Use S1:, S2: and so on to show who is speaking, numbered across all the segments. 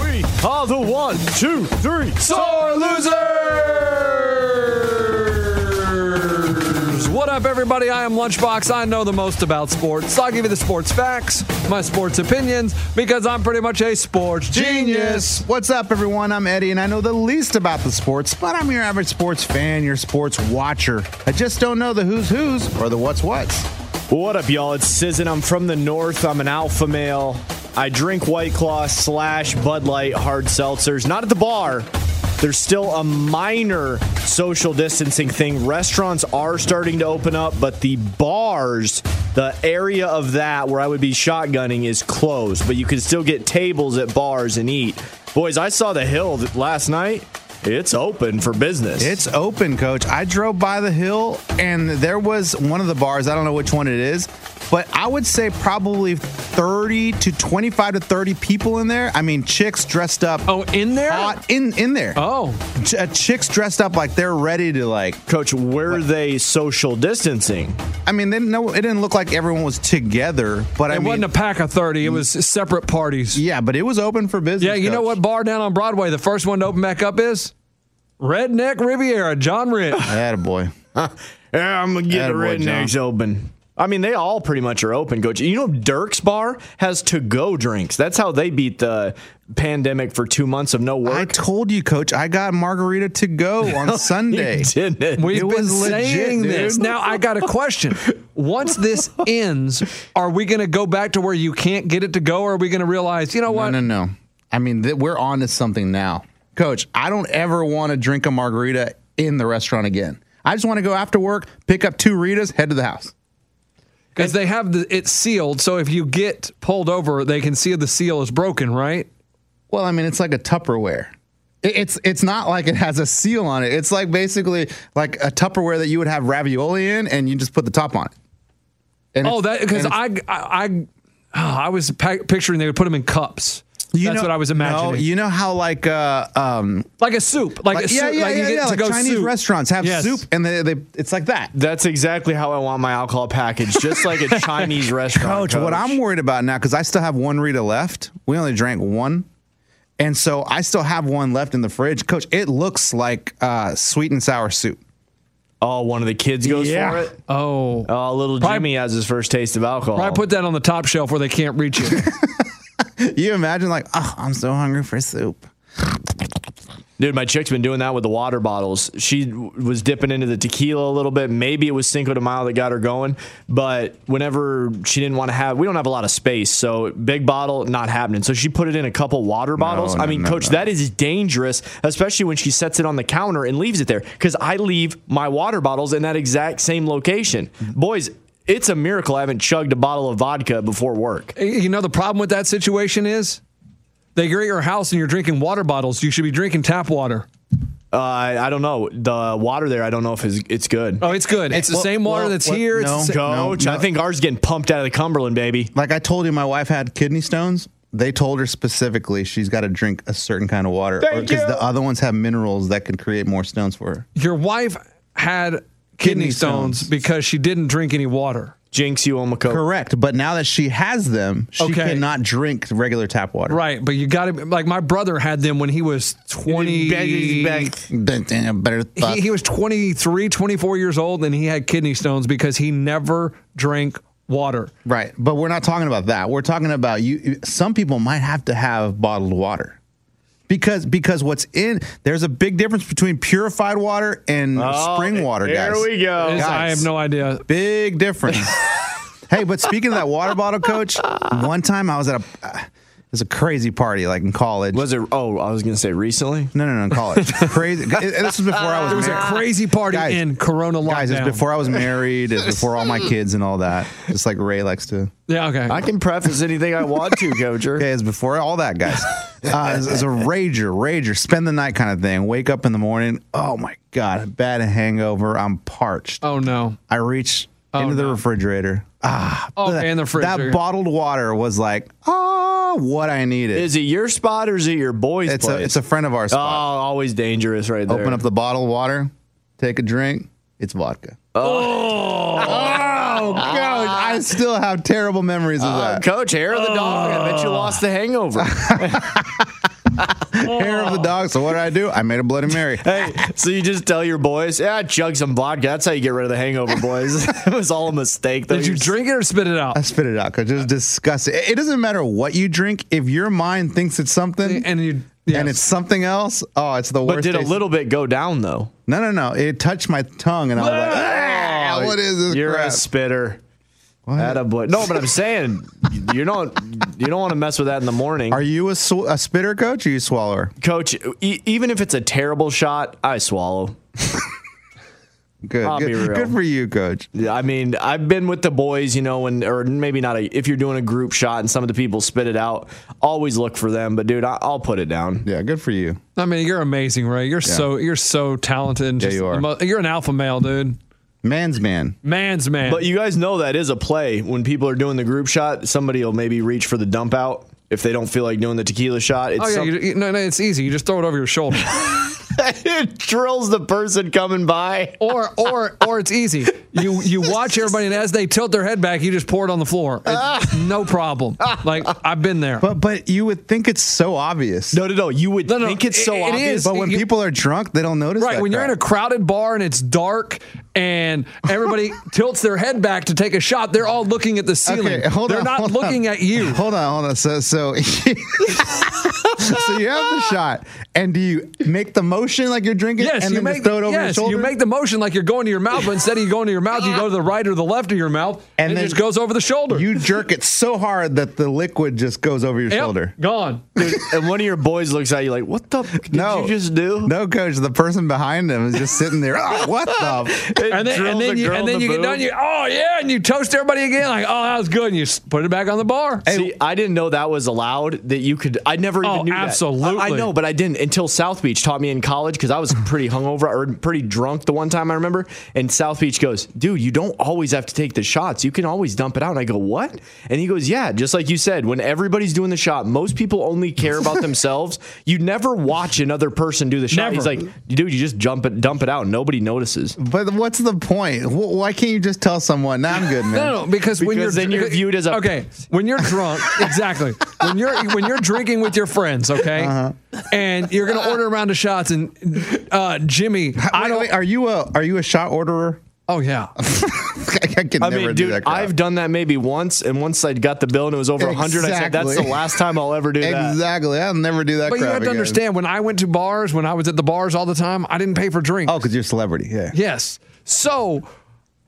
S1: We are the one, two, three, sore losers. What up, everybody? I am Lunchbox. I know the most about sports. So I'll give you the sports facts, my sports opinions, because I'm pretty much a sports genius.
S2: What's up, everyone? I'm Eddie, and I know the least about the sports, but I'm your average sports fan, your sports watcher. I just don't know the who's who's or the what's what's.
S3: What up, y'all? It's Sizzin. I'm from the north. I'm an alpha male. I drink White Claw slash Bud Light hard seltzers. Not at the bar. There's still a minor social distancing thing. Restaurants are starting to open up, but the bars, the area of that where I would be shotgunning is closed. But you can still get tables at bars and eat. Boys, I saw the hill th- last night. It's open for business.
S2: It's open, coach. I drove by the hill, and there was one of the bars. I don't know which one it is, but I would say probably 30 to 25 to 30 people in there. I mean, chicks dressed up.
S1: Oh, in there?
S2: hot in in there.
S1: Oh,
S2: Ch- uh, chicks dressed up like they're ready to like.
S3: Coach, where are they social distancing?
S2: I mean, they didn't know it didn't look like everyone was together, but I
S1: it
S2: mean,
S1: wasn't a pack of 30. It was separate parties.
S2: yeah, but it was open for business.
S1: Yeah, you know
S2: Coach.
S1: what bar down on Broadway, the first one to open back up is? Redneck Riviera, John Rich.
S2: Attaboy.
S3: Yeah, I'm gonna get
S2: Attaboy,
S3: the rednecks open. I mean, they all pretty much are open, Coach. You know, Dirk's Bar has to-go drinks. That's how they beat the pandemic for two months of no
S2: I
S3: work.
S2: told you, Coach. I got margarita to go on
S3: You
S2: Sunday.
S3: didn't.
S1: We've been
S2: It was legit,
S1: saying
S2: dude.
S1: this. Now I got a question. Once this ends, are we going to go back to where you can't get it to go, or are we going to realize, you know what?
S2: No, no, no. I mean, th- we're on to something now. Coach, I don't ever want to drink a margarita in the restaurant again. I just want to go after work, pick up two Ritas, head to the house.
S1: Because they have the it's sealed, so if you get pulled over, they can see the seal is broken, right?
S2: Well, I mean, it's like a Tupperware. It- It's it's not like it has a seal on it. It's like basically like a Tupperware that you would have ravioli in, and you just put the top on it. And
S1: Oh,
S2: it's-
S1: that because
S2: and it's-
S1: I I I, oh, I was pa- picturing they would put them in cups. That's what I was imagining.
S2: No, you know how like uh, um,
S1: like a soup, like, a
S2: like,
S1: soup,
S2: yeah, yeah,
S1: like you
S2: yeah,
S1: get
S2: yeah,
S1: to
S2: like
S1: go
S2: Chinese
S1: soup.
S2: restaurants have
S1: Yes.
S2: soup, and they, they it's like that.
S3: That's exactly how I want my alcohol package, just like a Chinese restaurant.
S2: Coach, what I'm worried about now, because I still have one Rita left. We only drank one. And so I still have one left in the fridge. Coach, it looks like uh, sweet and sour soup.
S3: oh, one of the kids goes for it.
S1: Oh,
S3: Oh, little
S1: Probably-
S3: Jimmy has his first taste of alcohol.
S1: I put that on the top shelf where they can't reach it.
S2: You imagine, like, oh, I'm so hungry for soup.
S3: Dude, my chick's been doing that with the water bottles. She w- was dipping into the tequila a little bit. Maybe it was Cinco de Mayo that got her going, but whenever she didn't want to have, we don't have a lot of space, so big bottle not happening. So she put it in a couple water bottles.
S2: no,
S3: I mean,
S2: no,
S3: coach,
S2: no.
S3: that is dangerous, especially when she sets it on the counter and leaves it there. Because I leave my water bottles in that exact same location, boys. It's a miracle I haven't chugged a bottle of vodka before work.
S1: You know the problem with that situation is they are at your house and you're drinking water bottles. You should be drinking tap water.
S3: Uh, I don't know the water there. I don't know if it's, it's good.
S1: Oh, it's good. It's the
S2: Well,
S1: same water
S2: well,
S1: that's
S2: what-
S1: here. It's
S2: no.
S1: the sa-
S3: Coach,
S2: no,
S3: I
S2: no.
S3: think ours getting pumped out of the Cumberland, baby.
S2: Like I told you, my wife had kidney stones. They told her specifically she's got to drink a certain kind of water
S3: Thank
S2: because
S3: you.
S2: the other ones have minerals that could create more stones for her.
S1: Your wife had kidney,
S2: Kidney
S1: stones,
S2: stones.
S1: because she didn't drink any water.
S3: Jinx, you owe him a Coke.
S2: Correct, but now that she has them, she
S1: Okay.
S2: cannot drink regular tap water.
S1: Right, but you got to like my brother had them when he was 20
S2: But, uh, Better thought.
S1: he, he was 23, 24 years old and he had kidney stones because he never drank water.
S2: Right, but we're not talking about that. We're talking about you. you- Some people might have to have bottled water because because what's in there's a big difference between purified water and
S1: Oh,
S2: spring water.
S3: There
S2: guys.
S3: we go.
S1: This- I
S2: Oh, guys.
S1: have no idea.
S2: Big difference. hey, but speaking of that water bottle, coach, one time I was at a uh, it was a crazy party like in college.
S3: Was it? Oh, I was gonna say recently.
S2: no, no, no, in college. crazy. And This was before I was.
S1: It was a
S2: married.
S1: crazy party
S2: Ah. Guys,
S1: in Corona lockdown.
S2: Guys, it's before I was married. It's before all my kids and all that. Just like Ray likes to.
S1: yeah, okay.
S3: I can preface anything I want to, Coacher.
S2: Okay, it's before all that, guys. Uh, it's, it's a rager, rager, spend the night kind of thing. Wake up in the morning. Oh my god, a bad hangover. I'm parched.
S1: oh no.
S2: I reach into the refrigerator. Ah,
S1: Oh,
S2: that-
S1: and Oh, the
S2: That
S1: refrigerator.
S2: bottled water was like, ah, what I needed.
S3: Is it your spot or is it your boy's
S2: it's
S3: place?
S2: a it's a friend of ours.
S3: oh, always dangerous right there.
S2: Open up the bottle of water, take a drink. It's vodka. Oh, God! I still have terrible memories
S3: Oh,
S2: of that.
S3: Uh,
S2: Oh.
S3: Coach, hair of the dog. I bet you lost the hangover.
S2: Hair of the dog. So what did I do? I made a Bloody Mary.
S3: hey, so you just tell your boys, yeah, chug some vodka. That's how you get rid of the hangover, boys. it was all a mistake. Though.
S1: Did you
S3: You're-
S1: drink it or spit it out?
S2: I spit it out because it's disgusting. It it doesn't matter what you drink if your mind thinks it's something
S1: And you yes.
S2: and it's something else. Oh, it's the worst.
S3: But did a
S2: taste.
S3: little bit go down though?
S2: No, no, no. It touched my tongue and I was like, "Ah, what is this
S3: You're
S2: crap?
S3: a spitter. Atta boy. No, but I'm saying you don't you don't want to mess with that in the morning.
S2: Are you a, sw- a spitter coach or you swallower?
S3: Coach, e- even if it's a terrible shot, I swallow.
S2: Good.
S3: I'll
S2: good,
S3: be real.
S2: good for you, coach.
S3: Yeah, I mean, I've been with the boys, you know, when or maybe not a if you're doing a group shot and some of the people spit it out, always look for them. But dude, I, I'll put it down.
S2: Yeah, good for you.
S1: I mean, you're amazing, Ray. You're so you're so talented. And
S2: Yeah,
S1: just
S2: you
S1: the
S2: are.
S1: mo- you're an alpha male, dude.
S2: Man's man.
S1: Man's man.
S3: But you guys know that is a play when people are doing the group shot. Somebody will maybe reach for the dump out if they don't feel like doing the tequila shot. It's
S1: oh yeah,
S3: some-
S1: you, you, no, no, it's easy. You just throw it over your shoulder,
S3: it drills the person coming by.
S1: or or or it's easy. You you watch everybody, and as they tilt their head back, you just pour it on the floor. It's no problem. Like I've been there.
S2: But but you would think it's so obvious.
S3: No, no, no. You would
S1: No, no,
S3: think it's so
S1: it- it
S3: obvious.
S1: is.
S2: but when
S1: you-
S2: people are drunk, they don't notice.
S1: Right,
S2: that
S1: when you're in a
S2: crap.
S1: crowded bar and it's dark and everybody tilts their head back to take a shot, they're all looking at the ceiling.
S2: Okay, hold
S1: they're
S2: on,
S1: not
S2: hold
S1: looking
S2: on.
S1: at you.
S2: Hold on, hold on. So so so you have the shot, and do you make the motion like you're drinking,
S1: Yes,
S2: and
S1: you
S2: then
S1: make
S2: just throw it over your
S1: yes,
S2: shoulder?
S1: you make the motion like you're going to your mouth, but instead of you going to your mouth, you go to the right or the left of your mouth, and,
S2: And
S1: it
S2: then
S1: just goes over the shoulder.
S2: You jerk it so hard that the liquid just goes over your
S1: Yep,
S2: shoulder.
S1: gone.
S3: Dude, and one of your boys looks at you like, "What the? Did
S2: No,
S3: you just do?"
S2: No, coach. The person behind him is just sitting there. "Ah, what the?
S3: It
S1: And then,
S3: drills
S1: and
S3: a
S1: then you,
S3: girl
S1: and
S3: in
S1: then
S3: the
S1: you get
S3: boob.
S1: done. You oh yeah, and you toast everybody again. Like oh that was good, and you s- put it back on the bar.
S3: See, I didn't know that was allowed. That you could. I never even
S1: Oh,
S3: knew.
S1: absolutely.
S3: That. I, I know, but I didn't until South Beach taught me in college because I was pretty hungover or pretty drunk the one time I remember. And South Beach goes, "Dude, you don't always have to take the shots. You can always dump it out." And I go, "What?" And he goes, "Yeah, just like you said. When everybody's doing the shot, most people only care about themselves. You never watch another person do the shot.
S1: Never.
S3: He's like, "Dude, you just jump it, dump it out. Nobody notices."
S2: But what's the point? Wh- Why can't you just tell someone? Nah, I'm good, man.
S1: No, no, because, when you're
S3: Because then you're
S1: dr-
S3: viewed as a-
S1: okay. When you're drunk, exactly. When you're when you're drinking with your friends, okay,
S2: Uh-huh.
S1: and you're gonna order a round of shots, and uh, Jimmy, I
S2: Wait,
S1: don't.
S2: wait, are you a are you a shot orderer?
S1: Oh yeah,
S2: I can
S3: I
S2: never
S3: mean,
S2: do
S3: dude,
S2: that. Crap.
S3: I've done that maybe once, and once I got the bill and it was over a 100, I said, that's the
S2: Exactly.
S3: last time I'll ever do that.
S2: exactly. I'll never do that.
S1: but you
S2: crap
S1: have to
S2: again.
S1: understand. When I went to bars, when I was at the bars all the time, I didn't pay for drinks.
S2: Oh, because you're a celebrity. Yeah.
S1: Yes. So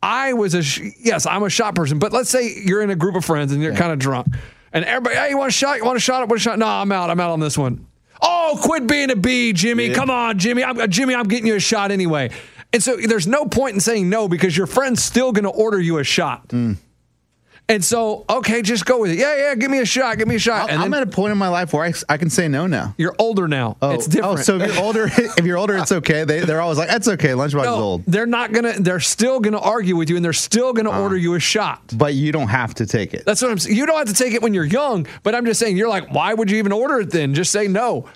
S1: I was a sh- yes, I'm a shot person. But let's say you're in a group of friends and you're kind of drunk, and everybody, hey, you want a shot? You want a shot? What a shot? No, I'm out. I'm out on this one. Oh, quit being a bee, Jimmy. Come on, Jimmy. I'm, uh, Jimmy, I'm getting you a shot anyway.
S2: Mm.
S1: And so there's no point in saying no because your friend's still going to order you a shot. And so, okay, just go with it. Yeah, yeah, give me a shot, give me a shot. and
S2: Oh, I'm
S1: then
S2: at a point in my life where I, I can say no now.
S1: you're older now.
S2: Oh,
S1: it's different.
S2: Oh, so if you're older, if you're older, it's okay. They, they're always like, that's okay. Lunchbox
S1: No,
S2: is old, Uh-huh.
S1: they're not gonna. They're still gonna argue with you, and they're still gonna order you a shot.
S2: but you don't have to take it.
S1: That's what I'm saying. You don't have to take it when you're young, but I'm just saying you're like, why would you even order it then? Just say no.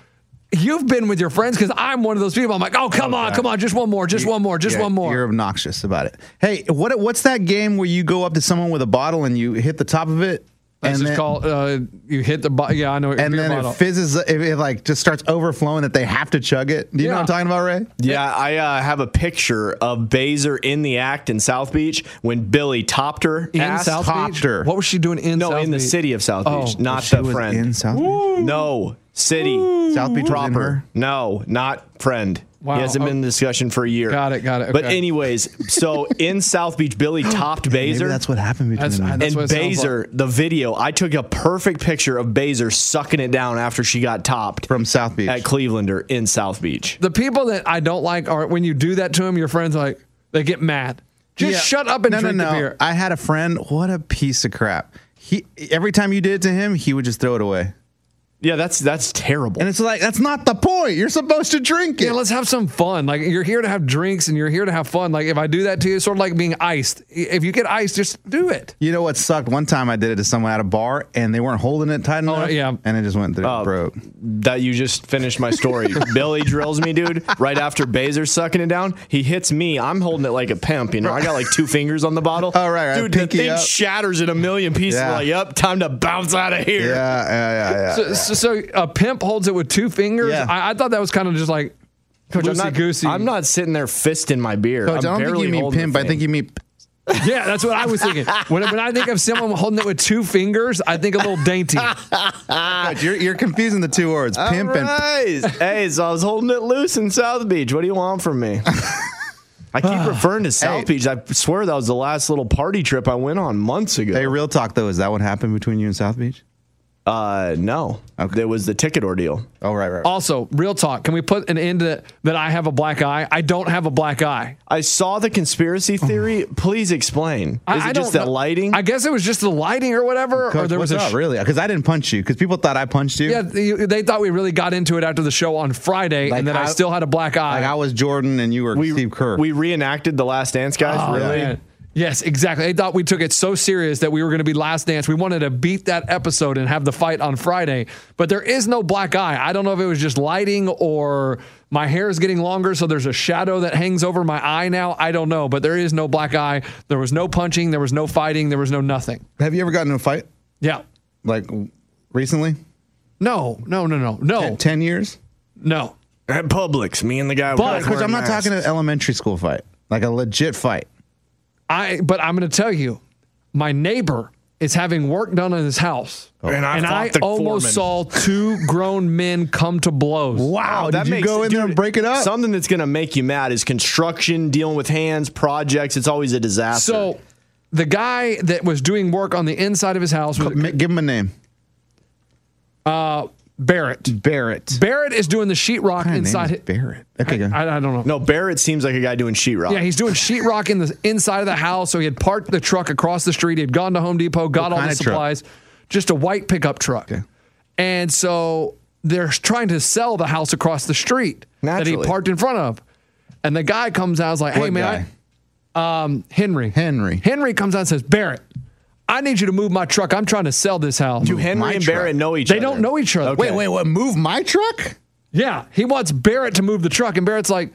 S1: You've been with your friends because I'm one of those people. I'm like, oh come on, come on, just one more, just one more, just
S2: Yeah,
S1: one more.
S2: You're obnoxious about it. Hey, what what's that game where you go up to someone with a bottle and you hit the top of it?
S1: That's
S2: and
S1: just
S2: then,
S1: called. Uh, you hit the button. Yeah, I know.
S2: and
S1: beer
S2: then
S1: bottle.
S2: it fizzes. It, it like just starts overflowing that they have to chug it. Do you know what I'm
S1: Yeah.
S2: talking about, Ray?
S3: Yeah, I uh, have a picture of Baser in the act in South Beach when Billy topped her.
S1: in
S3: ass.
S1: South Beach.
S2: hopped her.
S1: What was she doing in?
S3: No,
S1: South
S3: in the
S1: Beach?
S3: city of South
S1: Oh,
S3: Beach, not
S2: She
S3: the
S2: was
S3: friend.
S2: in South Beach.
S3: No, city.
S2: South Beach was in
S3: proper.
S2: her.
S3: No, not friend.
S1: Wow.
S3: He hasn't been in
S1: Oh.
S3: discussion for a year.
S1: Got it, got it,
S3: But
S1: okay.
S3: anyways, so in South Beach, Billy topped Baser.
S2: Maybe that's what happened between
S1: That's-
S2: them.
S1: I-
S3: and
S1: what it sounds
S3: Baser, the video, I took a perfect picture of Baser sucking it down after she got topped
S2: from South Beach.
S3: at Clevelander in South Beach.
S1: The people that I don't like are when you do that to them, your friends are like they get mad. Just
S2: Yeah.
S1: shut up and
S2: no,
S1: drink
S2: no, no.
S1: the beer.
S2: I had a friend. What a piece of crap. He every time you did it to him, he would just throw it away.
S3: Yeah, that's that's terrible.
S2: And it's like that's not the point. You're supposed to drink it.
S1: yeah, let's have some fun. Like you're here to have drinks and you're here to have fun. Like if I do that to you, it's sort of like being iced. If you get iced, just do it.
S2: You know what sucked? One time I did it to someone at a bar and they weren't holding it tight enough.
S1: Oh, yeah.
S2: And it just went through broke.
S3: that you just finished my story. Billy drills me, dude. Right after Baser sucking it down, he hits me. I'm holding it like a pimp, you know. I got like two fingers on the bottle.
S2: Oh, right, right.
S3: dude. The
S2: Pinky
S3: thing
S2: up.
S3: shatters in a million pieces.
S2: Yeah.
S3: Like, up, time to bounce out of here.
S2: Yeah, yeah, yeah, yeah.
S1: So, so, so a pimp holds it with two fingers.
S2: Yeah.
S1: I, I thought that was kind of just like
S3: I'm
S1: loosey
S3: not,
S1: goosey.
S3: I'm not sitting there fisting my beer.
S2: Coach, I
S3: I'm
S2: Oh, don't think
S3: barely
S2: you mean
S3: holding the
S2: pimp. I
S3: thing.
S2: think you mean
S1: Yeah, that's what I was thinking. When, when I think of someone holding it with two fingers, I think a little dainty.
S2: Coach, you're, you're confusing the two words, pimp and.
S3: Alright. hey, so I was holding it loose in South Beach. What do you want from me? I keep referring to South
S2: Ah. Hey.
S3: Beach. I swear that was the last little party trip I went on months ago.
S2: Hey, real talk though, is that what happened between you and South Beach?
S3: uh, no,
S2: Okay.
S3: it was the ticket ordeal.
S2: Oh, right, right. right.
S1: also, real talk. Can we put an end to that? I have a black eye. I don't have a black eye.
S3: I saw the conspiracy
S2: Oh.
S3: theory. Please explain. Is
S1: I-
S3: it
S1: I
S3: just
S1: don't
S3: the
S1: know.
S3: lighting?
S1: I guess it was just the lighting or whatever. or
S2: Coach,
S1: there
S2: what's
S1: was a
S2: up,
S1: sh-
S2: really? Because I didn't punch you. Because people thought I punched you.
S1: yeah. They, they thought we really got into it after the show on Friday,
S2: Like
S1: and then I,
S2: I-
S1: still had a black eye.
S2: Like I was Jordan and you were Steve Kerr.
S3: we reenacted the last dance, guys.
S1: Oh,
S3: really?
S1: man. Yes, exactly. They thought we took it so serious that we were going to be last dance. We wanted to beat that episode and have the fight on Friday, but there is no black eye. I don't know if it was just lighting or my hair is getting longer, so there's a shadow that hangs over my eye now. I don't know, but there is no black eye. There was no punching. There was no fighting. There was no nothing.
S2: Have you ever gotten in a fight?
S1: Yeah.
S2: Like recently?
S1: No, no, no, no, no,
S2: Ten, ten years?
S1: no.
S3: At Publix, me and the guy.
S1: But-
S3: was
S2: Coach,
S3: wearing
S2: I'm not
S3: masks.
S2: talking an elementary school fight. Like a legit fight.
S1: I, but I'm going to tell you, my neighbor is having work done in his house.
S2: Oh.
S3: And I
S1: and
S3: fought
S1: I
S3: the
S1: almost saw
S3: foreman.
S1: two grown men come to blows.
S2: Wow,
S3: that
S2: Oh, did you
S3: makes-
S2: go in there
S3: dude,
S2: and break it up?
S3: Something that's going to make you mad is construction, dealing with hands, projects. It's always a disaster.
S1: So the guy that was doing work on the inside of his house was
S2: Ma- Give him a name.
S1: Barrett.
S2: Barrett.
S1: Barrett is doing the sheetrock
S2: Her name
S1: inside.
S2: is
S1: hi-
S2: Barrett. Okay, go.
S1: I, I don't know.
S3: no, Barrett seems like a guy doing sheetrock.
S1: Yeah, he's doing sheetrock in the inside of the house. So he had parked the truck across the street. He had gone to Home Depot, got all
S2: kind
S1: the
S2: of truck?
S1: supplies, just a white pickup truck. And so they're trying to sell the house across the street that
S3: Naturally.
S1: he parked in front of. And the guy comes out, is like, "Hey
S2: What
S1: man, I- um, Henry,
S2: Henry.
S1: Henry comes out and says, Barrett, I need you to move my truck. I'm trying to sell this house.
S3: Do Henry
S2: My
S3: and
S2: truck.
S3: Barrett know each
S1: They
S3: other?
S1: don't know each other.
S3: Okay.
S2: Wait, wait, what? Move my truck?
S1: Yeah, he wants Barrett to move the truck, and Barrett's like,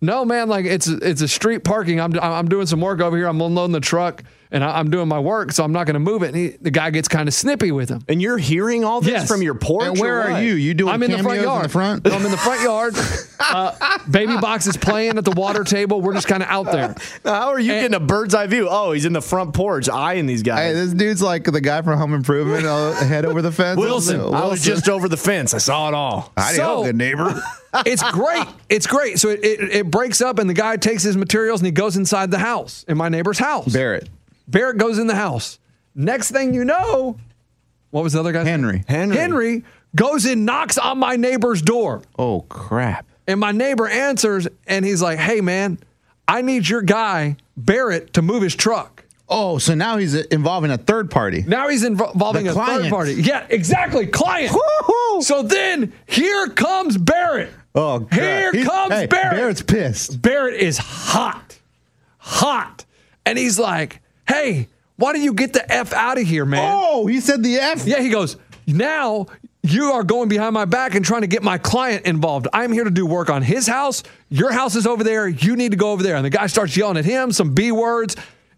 S1: "No, man, like it's it's a street parking. I'm I'm doing some work over here. I'm unloading the truck, and I, I'm doing my work, so I'm not going to move it." And he, the guy gets kind of snippy with him.
S3: And you're hearing all this
S1: Yes.
S3: from your porch?
S2: And where
S3: or
S2: are
S3: what?
S2: you? You doing
S1: I'm in the front
S2: cameos
S1: yard.
S2: in the front?
S1: I'm in the front yard. Uh, baby box is playing at the water table. We're just kind of out there.
S3: Now, How are you
S1: And-
S3: getting a bird's eye view? Oh, he's in the front porch eyeing these
S2: Hey,
S3: guys.
S2: this dude's like the guy from Home Improvement, all head over the fence. Oh,
S3: Wilson, I was just over the fence. I saw it all.
S2: I
S1: So-
S2: good neighbor.
S1: It's great. It's great. So it, it, it breaks up, and the guy takes his materials and he goes inside the house, in my neighbor's house.
S2: Barrett.
S1: Barrett goes in the house. Next thing you know, what was the other guy's name?
S2: Henry.
S3: Henry.
S1: Henry goes in, knocks on my neighbor's door,
S2: Oh, crap.
S1: and my neighbor answers, and he's like, "Hey, man, I need your guy Barrett to move his truck."
S2: Oh, so now he's involving a third party.
S1: Now he's invol- involving
S2: The
S1: a third
S2: client.
S1: party. Yeah, exactly. Client.
S2: Woo-hoo.
S1: So then here comes Barrett.
S2: Oh, God.
S1: Here
S2: He's-
S1: comes
S2: hey,
S1: Barrett.
S2: Barrett's pissed.
S1: Barrett is hot. Hot. And he's like, hey, why don't you get the F out of here, man?
S2: Oh, he said the F.
S1: Yeah, he goes, now you are going behind my back and trying to get my client involved. I'm here to do work on his house. Your house is over there. You need to go over there. And the guy starts yelling at him some B words.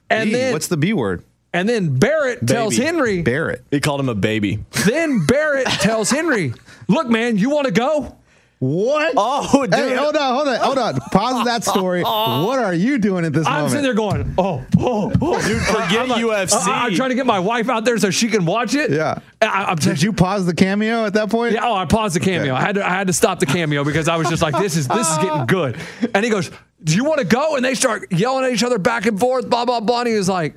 S1: And
S2: B,
S1: then
S2: what's the B word?
S1: and then Barrett tells Henry.
S2: Barrett.
S3: He called him a baby.
S1: Then Barrett tells Henry, "Look, man, you want to go?
S2: What?
S3: Oh, dude.
S2: Hey, hold on, hold on, hold on. Pause that story. what are you doing at this
S1: I'm
S2: moment?
S1: sitting there going, oh, oh, oh.
S3: Dude, forget UFC.
S1: I- I'm trying to get my wife out there so she can watch it.
S2: Yeah.
S1: And I, am
S2: Did you pause the cameo at that point?
S1: Yeah, oh, I paused the cameo. I had to I had to stop the cameo because I was just like, this is this is getting good. And he goes, Do you want to go? And they start yelling at each other back and forth, blah, blah, blah. And he was like,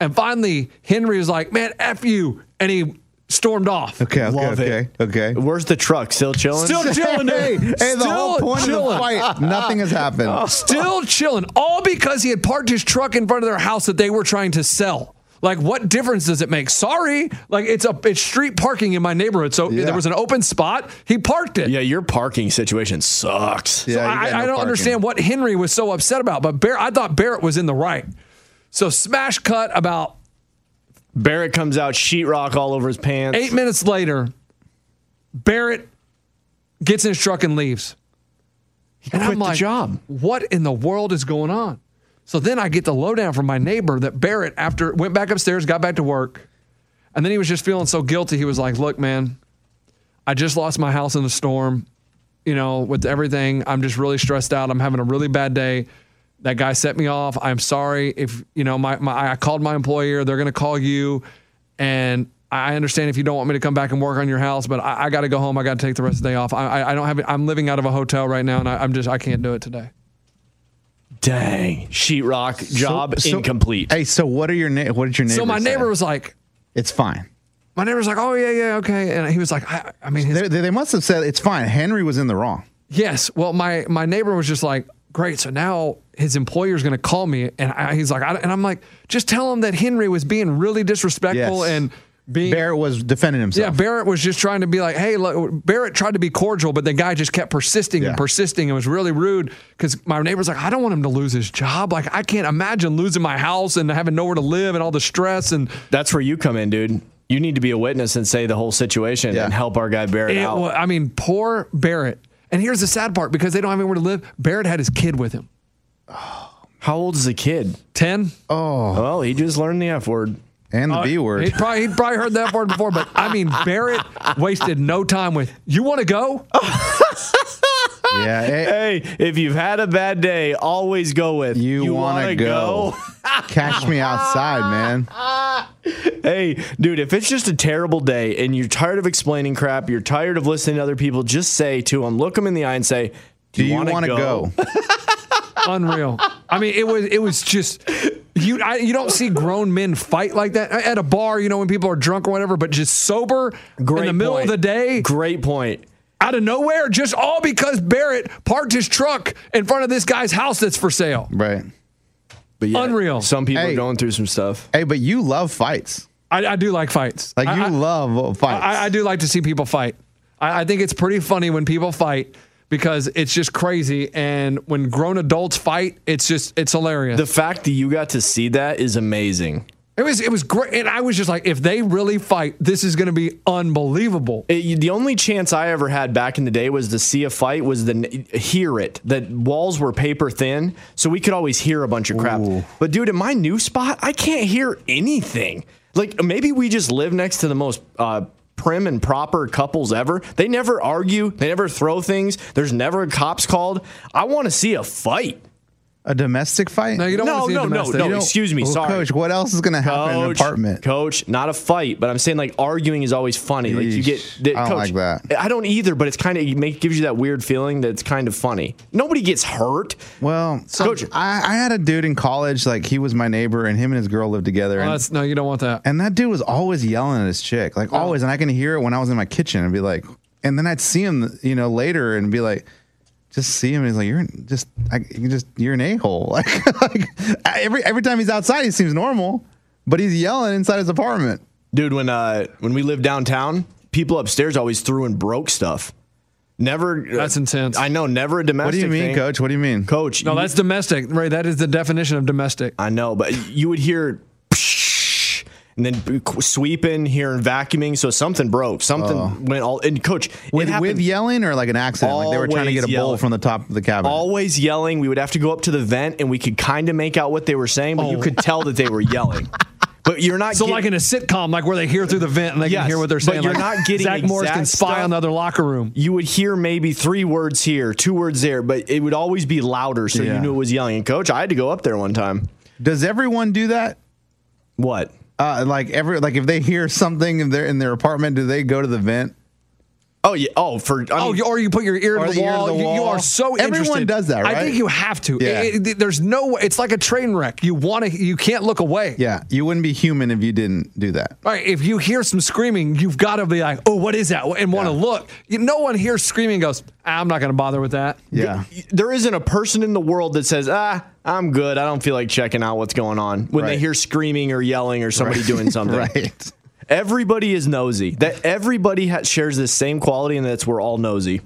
S1: and finally Henry was like, Man, F you. And he stormed off.
S2: Okay, okay,
S3: Love
S2: okay,
S3: it.
S2: okay.
S3: Where's the truck? Still chilling?
S1: Still chilling.
S2: Hey, hey,
S1: dude.
S2: the whole
S1: Still
S2: point of the
S1: chilling. Oh,
S2: fight, nothing has happened.
S1: Still chilling, all because he had parked his truck in front of their house that they were trying to sell. Like, what difference does it make? Sorry, like it's a it's street parking in my neighborhood, so
S2: Yeah.
S1: there was an open spot. He parked it.
S3: yeah, your parking situation sucks.
S2: Yeah, you got
S1: I,
S2: no
S1: I don't
S2: parking.
S1: understand what Henry was so upset about, but Barrett, I thought Barrett was in the right. So smash cut about
S3: Barrett comes out, sheetrock all over his pants.
S1: eight minutes later, Barrett gets in his truck and leaves. He and
S3: quit the job.
S1: What in the world is going on? So then I get the lowdown from my neighbor that Barrett after went back upstairs, got back to work, and then he was just feeling so guilty. He was like, "Look, man, I just lost my house in the storm. You know, with everything, I'm just really stressed out. I'm having a really bad day. That guy set me off. I'm sorry if you know my, my I called my employer. They're gonna call you, and I understand if you don't want me to come back and work on your house, but I, I got to go home. I got to take the rest of the day off. I, I, I don't have. I'm living out of a hotel right now, and I, I'm just I can't do it today.
S3: Dang. Sheetrock job
S2: So- so-
S3: incomplete.
S2: Hey, so what are your na- what did your neighbor?
S1: So my
S2: say?
S1: neighbor was like,
S2: It's fine.
S1: my neighbor's like, oh yeah, yeah, okay, and he was like, I, I mean, his
S2: They, they they must have said it's fine. Henry was in the wrong.
S1: Yes. Well, my my neighbor was just like, great. So now his employer's going to call me, and I, he's like, I, and I'm like, just tell him that Henry was being really disrespectful
S2: Yes.
S1: and being.
S2: Barrett was defending
S1: yeah,
S2: himself.
S1: Barrett was just trying to be like, hey, look, Barrett tried to be cordial, but the guy just kept persisting
S2: Yeah.
S1: and persisting and was really rude because my neighbor's like, I don't want him to lose his job. Like, I can't imagine losing my house and having nowhere to live and all the stress. And
S3: That's where you come in, dude. You need to be a witness and say the whole situation
S2: Yeah.
S3: and help our guy Barrett
S1: it,
S3: out.
S1: wa- I mean, poor Barrett. And here's the sad part because they don't have anywhere to live, Barrett had his kid with him.
S3: How old is the kid?
S1: 10.
S2: Oh.
S3: Well, he just learned the F word.
S2: and the B
S1: He'd
S2: word.
S1: probably, he'd probably heard that word before, but I mean, Barrett wasted no time with, you want to go?
S2: yeah. hey,
S3: Hey, if you've had a bad day, always go with
S2: You wanna
S3: wanna
S2: go." catch me outside, man.
S3: Hey, dude, if it's just a terrible day and you're tired of explaining crap, you're tired of listening to other people, just say to them, look them in the eye and say, Do,
S2: Do you
S3: want to
S2: go?
S1: Unreal. I mean, it was, it was just, you, I, you don't see grown men fight like that at a bar, you know, when people are drunk or whatever, but just sober in the middle
S3: point.
S1: of the day,
S3: Great point.
S1: out of nowhere, just all because Barrett parked his truck in front of this guy's house that's for sale.
S2: Right.
S3: But yeah,
S1: Unreal.
S3: Some people
S2: Hey.
S3: are going through some stuff.
S2: Hey, but you love fights.
S1: I, I do like fights.
S2: Like
S1: I-
S2: you
S1: I-
S2: love fights.
S1: I, I do like to see people fight. I, I think it's pretty funny when people fight because it's just crazy. And when grown adults fight, it's just it's hilarious.
S3: The fact that you got to see that is amazing.
S1: it was it was great, and I was just like, if they really fight, this is going to be unbelievable.
S3: It- you- the only chance I ever had back in the day was to see a fight was to hear it. The walls were paper thin, so we could always hear a bunch of crap. But dude, in my new spot, I can't hear anything. Like maybe we just live next to the most uh, prim and proper couples ever. They never argue. They never throw things. There's never cops called. I want to see a fight.
S2: a domestic fight?
S1: No, you don't
S3: No,
S1: want to see
S3: no,
S1: a
S3: no,
S1: domestic.
S3: no,
S1: You don't-
S3: excuse me.
S2: Well,
S3: sorry.
S2: Coach, what else is going to happen in an
S3: Coach,
S2: apartment?
S3: coach, not a fight, but I'm saying like arguing is always funny. Like you get,
S2: Yeesh.
S3: the,
S2: I don't
S3: coach,
S2: like that.
S3: I don't either, but it's kind of it make, gives you that weird feeling that's kind of funny. Nobody gets hurt.
S2: Well,
S3: Coach-
S2: I, I had a dude in college, like he was my neighbor, and him and his girl lived together.
S1: Well,
S2: and,
S1: that's- no, you don't want that.
S2: and that dude was always yelling at his chick,
S3: Oh.
S2: like always. And I can hear it when I was in my kitchen and be like, and then I'd see him, you know, later and be like, just see him and he's like, you're an- just, I, you can just, you're an a hole. Like, like every every time he's outside, he seems normal, but he's yelling inside his apartment.
S3: Dude, when uh when we lived downtown, people upstairs always threw and broke stuff. Never uh,
S1: That's intense.
S3: I know, never a domestic
S2: What do you mean,
S3: thing.
S2: Coach? What do you mean?
S3: Coach,
S1: No,
S3: you-
S1: that's domestic, Ray. That is the definition of domestic.
S3: I know, but you would hear psh, and then sweeping, hearing vacuuming, so something broke. Something went all and coach it
S2: Oh. With
S3: happened-
S2: with yelling or like an accident? Like they were trying to
S3: Always
S2: get a bowl
S3: yelling.
S2: from the top of the cabinet.
S3: always yelling. We would have to go up to the vent and we could kind of make out what they were saying, but you could tell that they were yelling. But you're not
S1: Oh. So,
S3: get-
S1: like in a sitcom, like where they hear through the vent and they
S3: Yes,
S1: can hear what they're
S3: but
S1: saying.
S3: you're
S1: like,
S3: not getting
S1: Zach Morris can
S3: exact
S1: spy
S3: stuff.
S1: on the other locker room.
S3: you would hear maybe three words here, two words there, but it would always be louder, so you
S2: Yeah.
S3: knew it was yelling. And coach, I had to go up there one time.
S2: Does everyone do that?
S3: What?
S2: Uh, like every like if they hear something in their in their apartment, do they go to the vent?
S3: Oh yeah. Oh, for I
S1: Oh,
S3: mean,
S1: you- or you put your ear
S2: Or
S1: to the,
S2: the ear to
S1: wall.
S2: the
S1: You, you
S2: wall.
S1: are so
S2: Everyone
S1: interested.
S2: does that,
S1: I
S2: right?
S1: think you have to.
S2: Yeah.
S1: It- it- there's no. way- It's like a train wreck. You want to. You can't look away.
S2: Yeah, you wouldn't be human if you didn't do that.
S1: All right, if you hear some screaming, you've got to be like, "Oh, what is that?" and want to
S2: Yeah.
S1: look. You, no one hears screaming and goes, "Ah, "I'm not going to bother with that."
S2: Yeah,
S3: there isn't a person in the world that says, "Ah, I'm good. I don't feel like checking out what's going on." When they
S2: Right.
S3: hear screaming or yelling or somebody doing something,
S2: right.
S3: Everybody is nosy. That everybody ha- shares the same quality, and that's we're all nosy.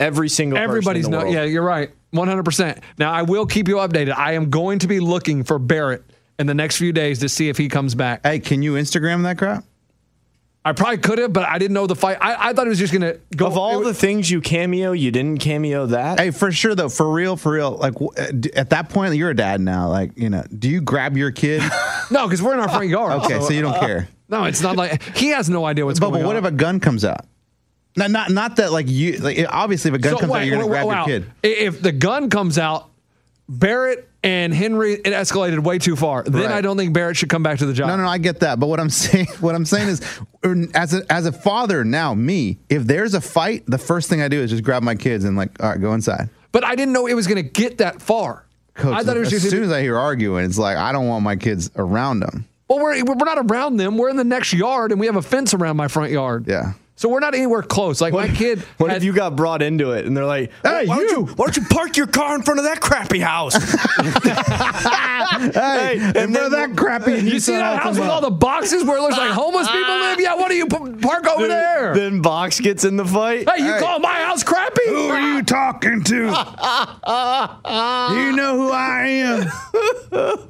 S3: Every single person in
S1: Everybody's
S3: the
S1: no.
S3: world.
S1: Yeah, you're right. 100%. Now, I will keep you updated. I am going to be looking for Barrett in the next few days to see if he comes back.
S2: Hey, can you Instagram that crap?
S1: I probably could have, but I didn't know the fight. I, I thought he was just going to go.
S3: Of all the things you cameo, you didn't cameo that.
S2: Hey, for sure though, for real, for real. Like w- uh, d- at that point, you're a dad now. Like you know, do you grab your kid?
S1: No, because we're in our front yard. Oh.
S2: Okay, so you don't care.
S1: No, it's not like he has no idea what's
S2: But,
S1: going
S2: but what
S1: on.
S2: if a gun comes out? No, not not that like you. Like, it- obviously, if a gun comes out,
S1: wait,
S2: you're gonna
S1: wait,
S2: grab
S1: wow.
S2: your kid.
S1: I- If the gun comes out, Barrett and Henry, it escalated way too far. Then
S2: Right.
S1: I don't think Barrett should come back to the job.
S2: No, no, no, I get that. But what I'm saying, what I'm saying is, er, as a as a father now, me, if there's a fight, the first thing I do is just grab my kids and like, all right, go inside.
S1: But I didn't know it was going to get that far.
S2: Coach,
S1: I thought it was
S2: as
S1: just.
S2: soon as I hear arguing, it's like I don't want my kids around them.
S1: well, we're we're not around them. We're in the next yard, and we have a fence around my front yard.
S2: Yeah.
S1: So we're not anywhere close. Like my kid.
S3: What
S1: had-
S3: if you got brought into it and they're like,
S2: Hey,
S3: why Don't
S2: you."
S3: you, why don't you park your car in front of that crappy house? hey,
S2: And, for that crappy,
S1: You see that house with all the boxes where it looks like homeless people live? Yeah, what do you p- park over there?
S3: Then Box gets in the fight.
S1: hey, you call my house crappy?
S2: Who are you talking to? you know who I am.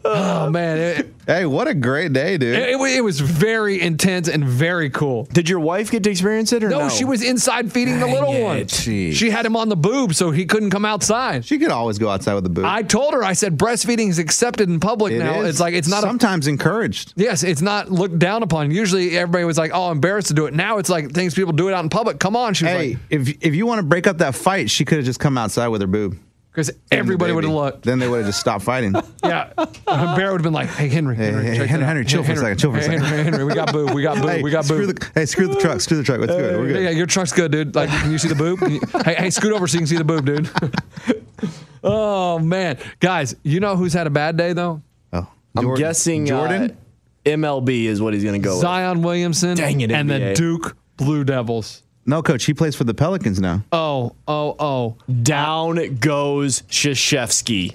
S1: Oh man, it,
S2: Hey, what a great day, dude.
S1: it, wa- it was very intense and very cool.
S3: Did your wife get to experience it or no?
S1: No, she was inside feeding the little
S3: it,
S1: one.
S3: jeez.
S1: She had him on the boob, so he couldn't come outside.
S2: she could always go outside with the boot.
S1: I told her, I said, breastfeeding is accepted in public now. It's like it's not a
S2: sometimes encouraged.
S1: Yes, it's not looked down upon. Usually everybody was like, oh, embarrassed to do it. Now it's like things people do it out in public. Come on. She was
S2: Hey,
S1: like,
S2: if if you want to break up that fight, she could have just come outside with her boob.
S1: because
S2: and the
S1: everybody would
S2: baby.
S1: have looked.
S2: Then they would have just stopped fighting.
S1: Yeah. And Barrett would have been like, hey, Henry.
S2: Hey, hey,
S1: check
S2: Henry,
S1: that out.
S2: Henry, chill for a second, chill for a
S1: Hey,
S2: second."
S1: Henry, Henry, we got boob. We got boob.
S2: hey,
S1: we got
S2: screw
S1: boob.
S2: the, hey, screw the truck. Screw the truck. Let's good. We're
S1: Yeah,
S2: good.
S1: yeah, your truck's good, dude. Like, can you see the boob? Can you- hey, hey, scoot over so you can see the boob, dude. oh man, guys, you know who's had a bad day though?
S2: Oh,
S3: I'm
S2: Jordan-
S3: guessing
S2: Jordan.
S3: uh, MLB is what he's going to go with.
S1: Zion Williamson.
S3: Dang it,
S1: and the
S3: NBA.
S1: Duke Blue Devils.
S2: no, coach. He plays for the Pelicans now.
S1: Oh, oh, oh.
S3: Down goes Shashevsky.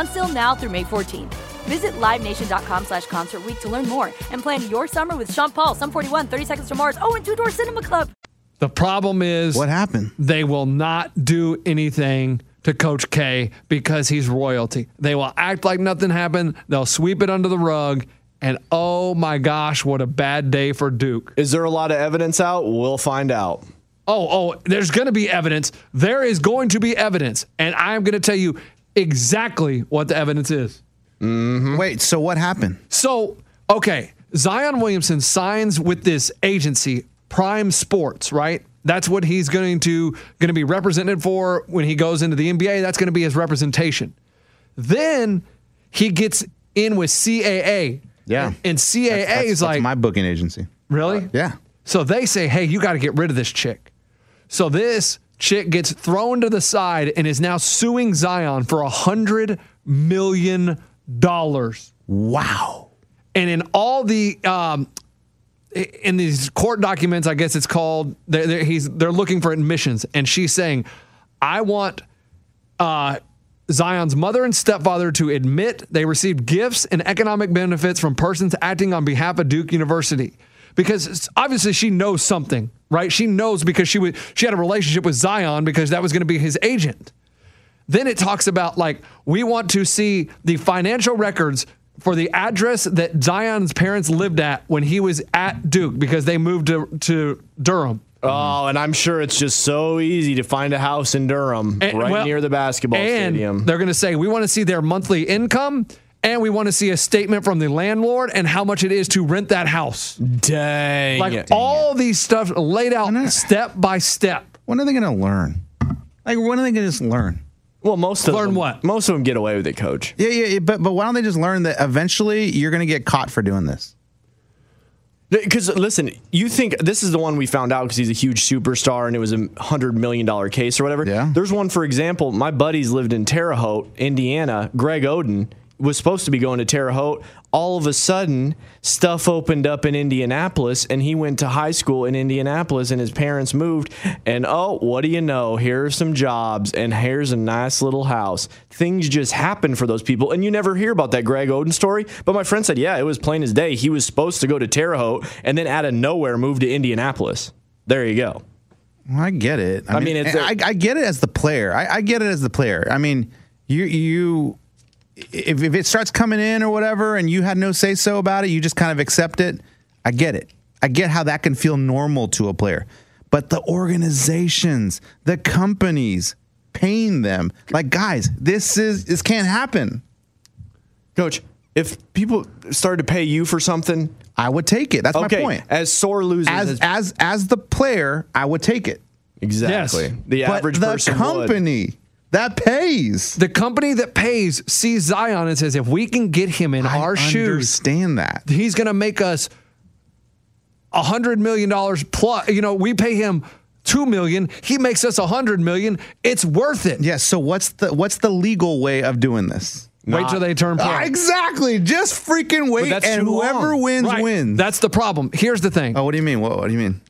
S4: Until now through May 14th. Visit LiveNation.com slash Concert Week to learn more and plan your summer with Sean Paul, Sum 41, 30 Seconds to Mars, oh, and Two Door Cinema Club.
S1: The problem is
S2: What happened?
S1: they will not do anything to Coach K because he's royalty. They will act like nothing happened. They'll sweep it under the rug. And oh my gosh, what a bad day for Duke.
S3: Is there a lot of evidence out? We'll find out.
S1: Oh, oh, there's going to be evidence. There is going to be evidence. And I'm going to tell you exactly what the evidence is. mm-hmm.
S2: Wait, so what happened?
S1: So, okay, Zion Williamson signs with this agency, Prime Sports, right? That's what he's going to going to be represented for when he goes into the NBA. That's going to be his representation. Then he gets in with CAA.
S2: Yeah.
S1: And CAA
S2: That's-
S1: is
S2: that's
S1: like
S2: my booking agency.
S1: really?
S2: Yeah.
S1: So they say, hey, you got to get rid of this chick. So this chick gets thrown to the side and is now suing Zion for a hundred million dollars.
S2: Wow.
S1: And in all the um, in these court documents, I guess it's called. They're, they're, he's they're looking for admissions, and she's saying, "I want uh, Zion's mother and stepfather to admit they received gifts and economic benefits from persons acting on behalf of Duke University. Because it's- obviously she knows something, right? She knows because she was she had a relationship with Zion because that was going to be his agent. Then it talks about like we want to see the financial records for the address that Zion's parents lived at when he was at Duke because they moved to, to Durham.
S3: Oh, and I'm sure it's just so easy to find a house in Durham,
S1: And-
S3: right
S1: well,
S3: near the basketball
S1: and
S3: stadium.
S1: They're going to say, we want to see their monthly income and we want to see a statement from the landlord and how much it is to rent that house.
S3: Dang.
S1: Like
S3: it.
S1: all these stuff laid out
S2: I-
S1: step by step.
S2: When are they gonna learn? Like when are they gonna just learn?
S3: well, most of
S1: Learn
S3: them,
S1: what?
S3: Most of them get away with it, coach.
S2: Yeah, yeah, yeah, but but why don't they just learn that eventually you're gonna get caught for doing this?
S3: Because listen, you think this is the one we found out because he's a huge superstar and it was a hundred million dollar case or whatever.
S2: Yeah.
S3: There's one, for example, my buddies lived in Terre Haute, Indiana. Greg Oden was supposed to be going to Terre Haute. All of a sudden, stuff opened up in Indianapolis, and he went to high school in Indianapolis, and his parents moved. And oh, what do you know? Here are some jobs, and here's a nice little house. Things just happen for those people, and you never hear about that Greg Oden story. But my friend said, yeah, it was plain as day. He was supposed to go to Terre Haute, and then out of nowhere, moved to Indianapolis. There you go.
S2: Well, I get it. I,
S3: I
S2: mean,
S3: mean, it's a-
S2: I, I get it as the player. I, I get it as the player. I mean, you you if, if it starts coming in or whatever, and you had no say so about it, you just kind of accept it. I get it. I get how that can feel normal to a player, but the organizations, the companies paying them, like guys, this is this can't happen.
S3: Coach, if people started to pay you for something,
S2: I would take it. That's
S3: okay,
S2: my point.
S3: as sore losers
S2: As as as the player, I would take it.
S3: exactly
S1: Yes.
S3: the
S2: but
S3: average
S2: the
S3: person would.
S2: company that pays.
S1: The company that pays sees Zion and says, if we can get him in our shoes,
S2: Understand that?
S1: he's going to make us a hundred million dollars plus. You know, we pay him two million. He makes us a hundred million. It's worth it.
S2: Yeah. So what's the what's the legal way of doing this?
S1: Wait till they turn pro.
S2: Ah, exactly. Just freaking wait,
S3: that's
S2: and
S3: too
S2: whoever
S3: long.
S2: wins
S1: Right.
S2: wins.
S1: That's the problem. Here's the thing.
S2: oh, what do you mean? What, what do you mean?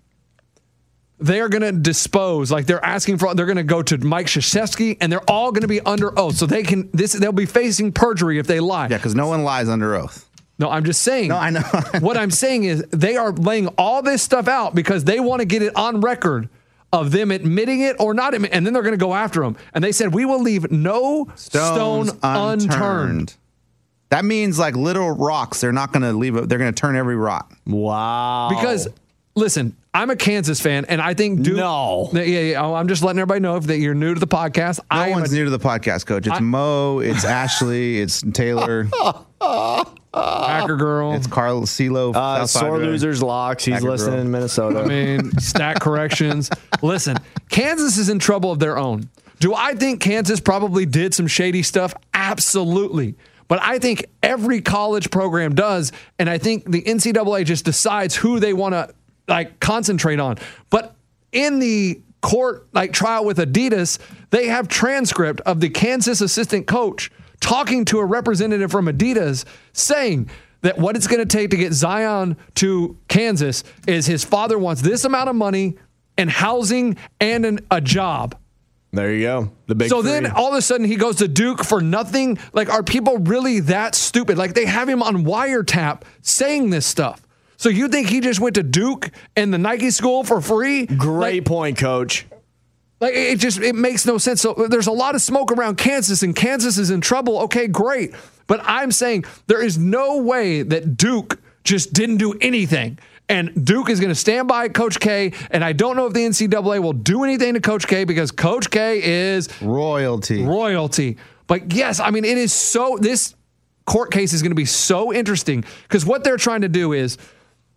S1: They are going to dispose. Like they're asking for. They're going to go to Mike Krzyzewski, and they're all going to be under oath. So they can. This they'll be facing perjury if they lie.
S2: Yeah, because no one lies under oath.
S1: No, I'm just saying.
S2: No, I know.
S1: what I'm saying is they are laying all this stuff out because they want to get it on record of them admitting it or not admit, and then they're going to go after them. And they said we will leave no
S2: Stones
S1: stone unturned.
S2: That means like little rocks. They're not going to leave. A, they're going to turn every rock.
S3: Wow.
S1: Because listen, I'm a Kansas fan, and I think Duke.
S3: No.
S1: yeah, yeah, yeah. Oh, I'm just letting everybody know if that you're new to the podcast.
S2: No
S1: I am
S2: one's
S1: a,
S2: new to the podcast, Coach. It's Mo. It's Ashley. It's Taylor.
S1: Packer girl.
S2: it's Carl Celo.
S3: uh,
S2: South
S3: sore
S2: Florida.
S3: losers locks. He's
S2: Packer girl.
S3: listening in Minnesota.
S1: I mean, stat corrections. Listen, Kansas is in trouble of their own. Do I think Kansas probably did some shady stuff? Absolutely. But I think every college program does. And I think the NCAA just decides who they want to like concentrate on. But in the court like trial with Adidas, they have transcript of the Kansas assistant coach talking to a representative from Adidas saying that what it's going to take to get Zion to Kansas is his father wants this amount of money and housing and an, a job.
S3: There you go. The big.
S1: So
S3: three.
S1: then all of a sudden he goes to Duke for nothing. Like, are people really that stupid? Like, they have him on wiretap saying this stuff. So you think he just went to Duke and the Nike school for free?
S3: great
S1: Like,
S3: point, Coach.
S1: like, it it just it makes no sense. So there's a lot of smoke around Kansas, and Kansas is in trouble. Okay, great. But I'm saying there is no way that Duke just didn't do anything. And Duke is going to stand by Coach K. And I don't know if the NCAA will do anything to Coach K because Coach K is
S2: Royalty.
S1: royalty. But yes, I mean, it is so, this court case is going to be so interesting because what they're trying to do is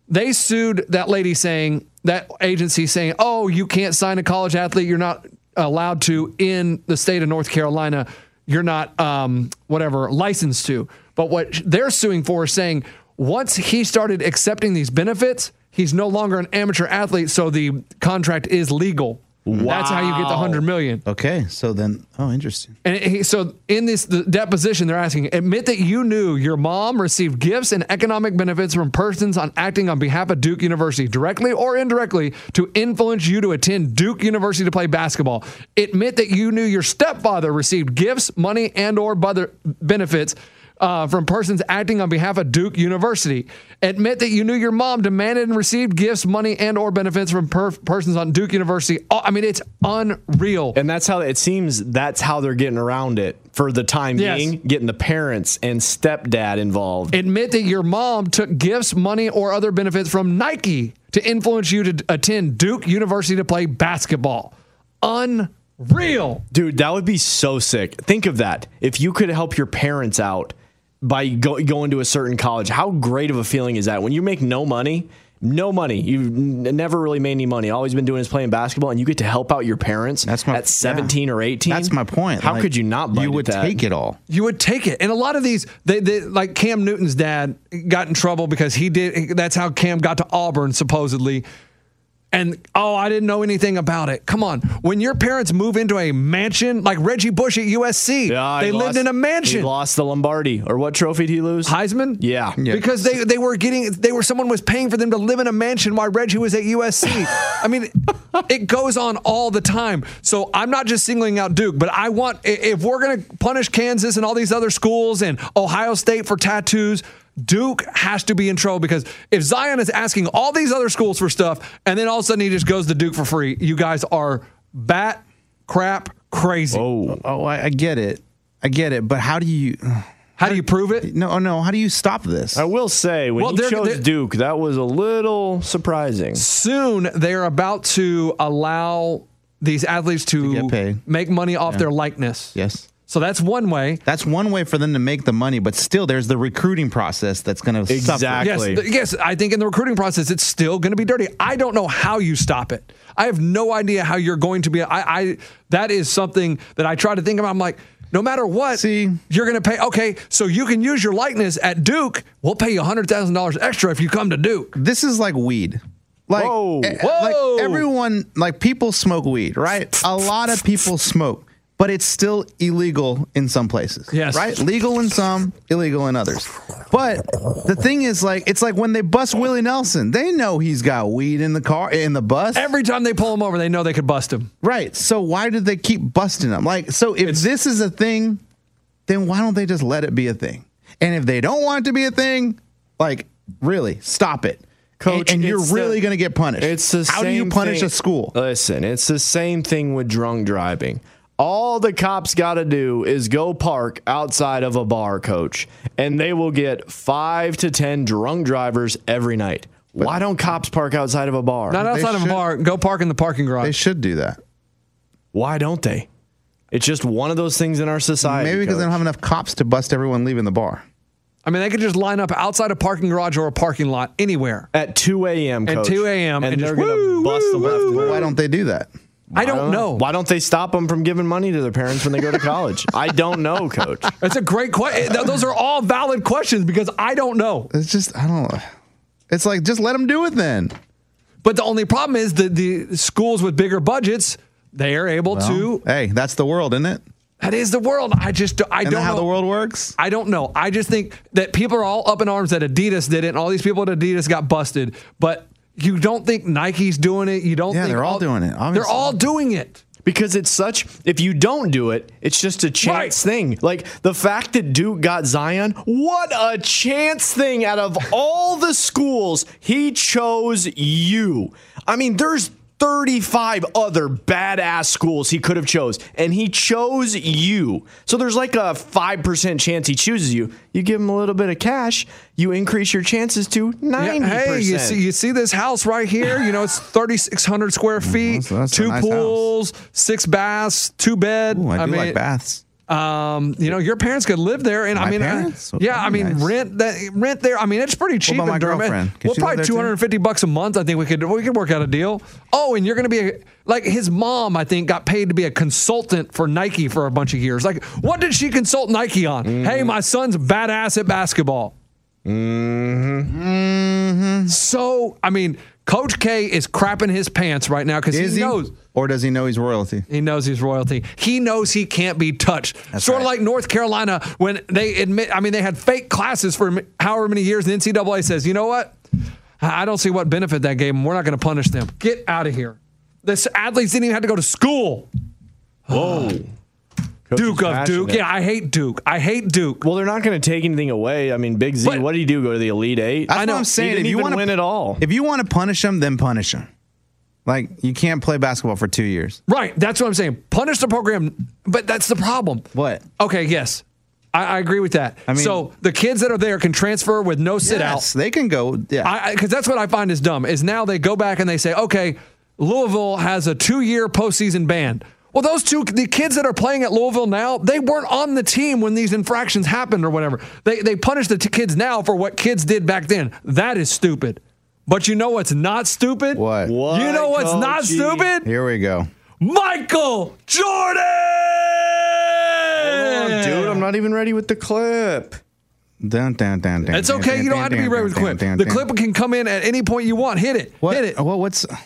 S1: they sued that lady saying, that agency saying, oh, you can't sign a college athlete. You're not allowed to in the state of North Carolina. You're not, um, whatever, licensed to. But what they're suing for is saying, once he started accepting these benefits, he's no longer an amateur athlete. So the contract is legal. That's how you get the 100 million.
S2: Okay, so then, oh, interesting.
S1: And he, so in this the deposition, they're asking, admit that you knew your mom received gifts and economic benefits from persons on acting on behalf of Duke University, directly or indirectly, to influence you to attend Duke University to play basketball. Admit that you knew your stepfather received gifts, money, and or bother, benefits uh, from persons acting on behalf of Duke University. Admit that you knew your mom demanded and received gifts, money, and or benefits from per- persons on Duke University. Oh, I mean, it's unreal.
S3: And that's how it seems. That's how they're getting around it for the time
S1: Yes.
S3: being, getting the parents and stepdad involved.
S1: admit that your mom took gifts, money, or other benefits from Nike to influence you to attend Duke University to play basketball. Unreal.
S3: Dude, that would be so sick. Think of that. If you could help your parents out by go, going to a certain college, how great of a feeling is that? When you make no money, no money, you've n- never really made any money. All you've been doing is playing basketball, and you get to help out your parents
S2: That's my-
S3: at 17
S2: yeah.
S3: or 18.
S2: That's my point.
S3: How
S2: Like,
S3: could you not bite
S2: You
S3: at
S2: would
S3: that?
S2: take it all.
S1: You would take it. And a lot of these, they, they like Cam Newton's dad got in trouble because he did. That's how Cam got to Auburn, supposedly. And oh, I didn't know anything about it. Come on. When your parents move into a mansion, like Reggie Bush at USC,
S3: Yeah, he
S1: they lived
S3: lost-
S1: in a mansion.
S3: He lost the Lombardi. Or what trophy did he lose?
S1: Heisman?
S3: Yeah. Yeah.
S1: Because they, they were getting they were someone was paying for them to live in a mansion while Reggie was at USC. I mean, it goes on all the time. So I'm not just singling out Duke, but I want i- if we're gonna punish Kansas and all these other schools and Ohio State for tattoos. Duke has to be in trouble because if Zion is asking all these other schools for stuff and then all of a sudden he just goes to Duke for free, you guys are bat crap crazy.
S2: Oh, I, I get it. I get it. But how do you?
S1: How do you prove it?
S2: No, oh, no. How do you stop this?
S3: I will say, when
S1: Well,
S3: he
S1: they're-
S3: chose
S1: they're-
S3: Duke, that was a little surprising.
S1: soon they're about to allow these athletes to,
S2: To get paid.
S1: make money off their likeness.
S2: Yes.
S1: So that's one way.
S2: That's one way for them to make the money, but still, there's the recruiting process that's going to
S3: Exactly.
S1: Yes, th- yes, I think in the recruiting process, it's still going to be dirty. I don't know how you stop it. I have no idea how you're going to be. I, I that is something that I try to think about. I'm like, no matter what,
S2: See.
S1: you're going to pay. Okay, so you can use your likeness at Duke. We'll pay you hundred thousand dollars extra if you come to Duke.
S2: This is like weed. Like,
S3: Whoa.
S2: eh,
S1: Whoa.
S2: like everyone, like people smoke weed, right? A lot of people smoke, but it's still illegal in some places.
S1: Yes.
S2: Right? Legal in some, illegal in others. But the thing is, like, it's like when they bust Willie Nelson, they know he's got weed in the car, in the bus.
S1: Every time they pull him over, they know they could bust him.
S2: Right. So why do they keep busting them? Like, so if this is a thing, then why don't they just let it be a thing? And if they don't want it to be a thing, like, really, stop it.
S3: Coach,
S2: and, and you're
S3: it's the-
S2: really going to get punished.
S3: It's the
S2: How do
S3: same
S2: you punish
S3: thing- Uh,
S2: a school?
S3: Listen, it's the same thing with drunk driving. All the cops got to do is go park outside of a bar, coach, and they will get five to 10 drunk drivers every night. Why don't cops park outside of a bar?
S1: Not outside of a
S2: should-
S1: bar. Go park in the parking garage.
S2: They should do that.
S3: Why don't they? It's just one of those things in our society.
S2: Maybe because they
S3: coach.
S2: don't have enough cops to bust everyone leaving the bar.
S1: I mean, they could just line up outside a parking garage or a parking lot anywhere.
S3: at 2 a.m.
S1: At
S3: coach,
S1: 2 a.m.
S3: and,
S1: and
S3: they're
S1: just woo,
S3: going to bust them left and right.
S2: Why don't they do that?
S1: I don't know.
S3: Why don't they stop them from giving money to their parents when they go to college? I don't know, coach.
S1: That's a great question. Those are all valid questions because I don't know.
S2: It's just, I don't. It's like, just let them do it then.
S1: But the only problem is that the schools with bigger budgets, they are able to.
S2: Hey, that's the world, isn't it?
S1: That is the world. I just don't- I
S2: Isn't
S1: don't
S2: that how
S1: know.
S2: the world works?
S1: I don't know. I just think that people are all up in arms that Adidas did it, and all these people at Adidas got busted. But you don't think Nike's doing it. You don't.
S2: Yeah,
S1: think
S2: they're all doing it,
S1: They're
S2: obviously.
S1: all doing it.
S3: Because it's such, if you don't do it, it's just a chance thing. Like the fact that Duke got Zion, what a chance thing. Out of all the schools, he chose you. I mean, there's 35 other badass schools he could have chose, and he chose you. So there's like a 5% chance he chooses you. You give him a little bit of cash, you increase your chances to 90%.
S1: Yeah, hey, you see, you see this house right here? You know, it's 3,600 square feet,
S2: that's- that's a
S1: two
S2: nice house.
S1: pools, six baths, two bed.
S2: Ooh, I do
S1: mean,
S2: like baths.
S1: Um, you know, your parents could live there, and I
S2: My
S1: mean, I-
S2: parents?
S1: yeah,
S2: That'd
S1: I
S2: be
S1: mean,
S2: nice.
S1: rent that rent there. I mean, it's pretty cheap.
S2: about
S1: in
S2: my
S1: Durham.
S2: girlfriend? Could
S1: Well,
S2: she live
S1: probably
S2: there too?
S1: 250 bucks a month. I think we could we could work out a deal. Oh, and you're going to be a, like his mom. I think got paid to be a consultant for Nike for a bunch of years. Like, what did she consult Nike on?
S2: Mm-hmm.
S1: Hey, my son's badass at basketball. Mm-hmm. So, I mean, Coach K is crapping his pants right now because
S2: Is
S1: he
S2: he?
S1: knows.
S2: Or does he know he's royalty?
S1: He knows he's royalty. He knows he can't be touched. sort of
S2: right.
S1: like North Carolina when they admit, I mean, they had fake classes for m- however many years. The NCAA says, you know what? I I don't see what benefit that gave them. We're not going to punish them. Get out of here. This athletes didn't even have to go to school.
S3: Whoa.
S1: Duke of Duke. Yeah, I hate Duke. I hate Duke.
S3: Well, they're not going to take anything away. I mean, Big Z,
S1: But-
S3: what did he do? Go to the Elite Eight?
S2: That's
S1: I know.
S2: what I'm saying.
S3: He didn't
S2: if you
S3: even
S2: want to
S3: win at all.
S2: if you want to punish him, then punish him. Like you can't play basketball for two years.
S1: Right. That's what I'm saying. Punish the program, but that's the problem.
S2: What?
S1: Okay, yes. I, I agree with that. I
S2: mean-
S1: so the kids that are there can transfer with no sit out.
S2: Yes, they can go. Yeah,
S1: I because that's what I find is dumb is now they go back and they say, okay, Louisville has a two-year postseason ban. Well, those two the kids that are playing at Louisville now, they weren't on the team when these infractions happened or whatever. They they punish the t- kids now for what kids did back then. That is stupid. But you know what's not stupid?
S2: What?
S3: What,
S1: You know what's not
S3: Coachy?
S1: stupid?
S2: here we go.
S1: Michael Jordan.
S3: Hold on, dude, I'm not even ready with the clip.
S2: Dun, dun, dun, dun,
S1: It's
S2: dun,
S1: okay.
S2: dun,
S1: You don't
S2: dun,
S1: have to be
S2: dun,
S1: ready with
S2: dun,
S1: clip.
S2: dun,
S1: The
S2: dun,
S1: clip
S2: dun.
S1: can come in at any point you want. Hit it.
S2: What?
S1: Hit it.
S2: Well, what's?
S1: I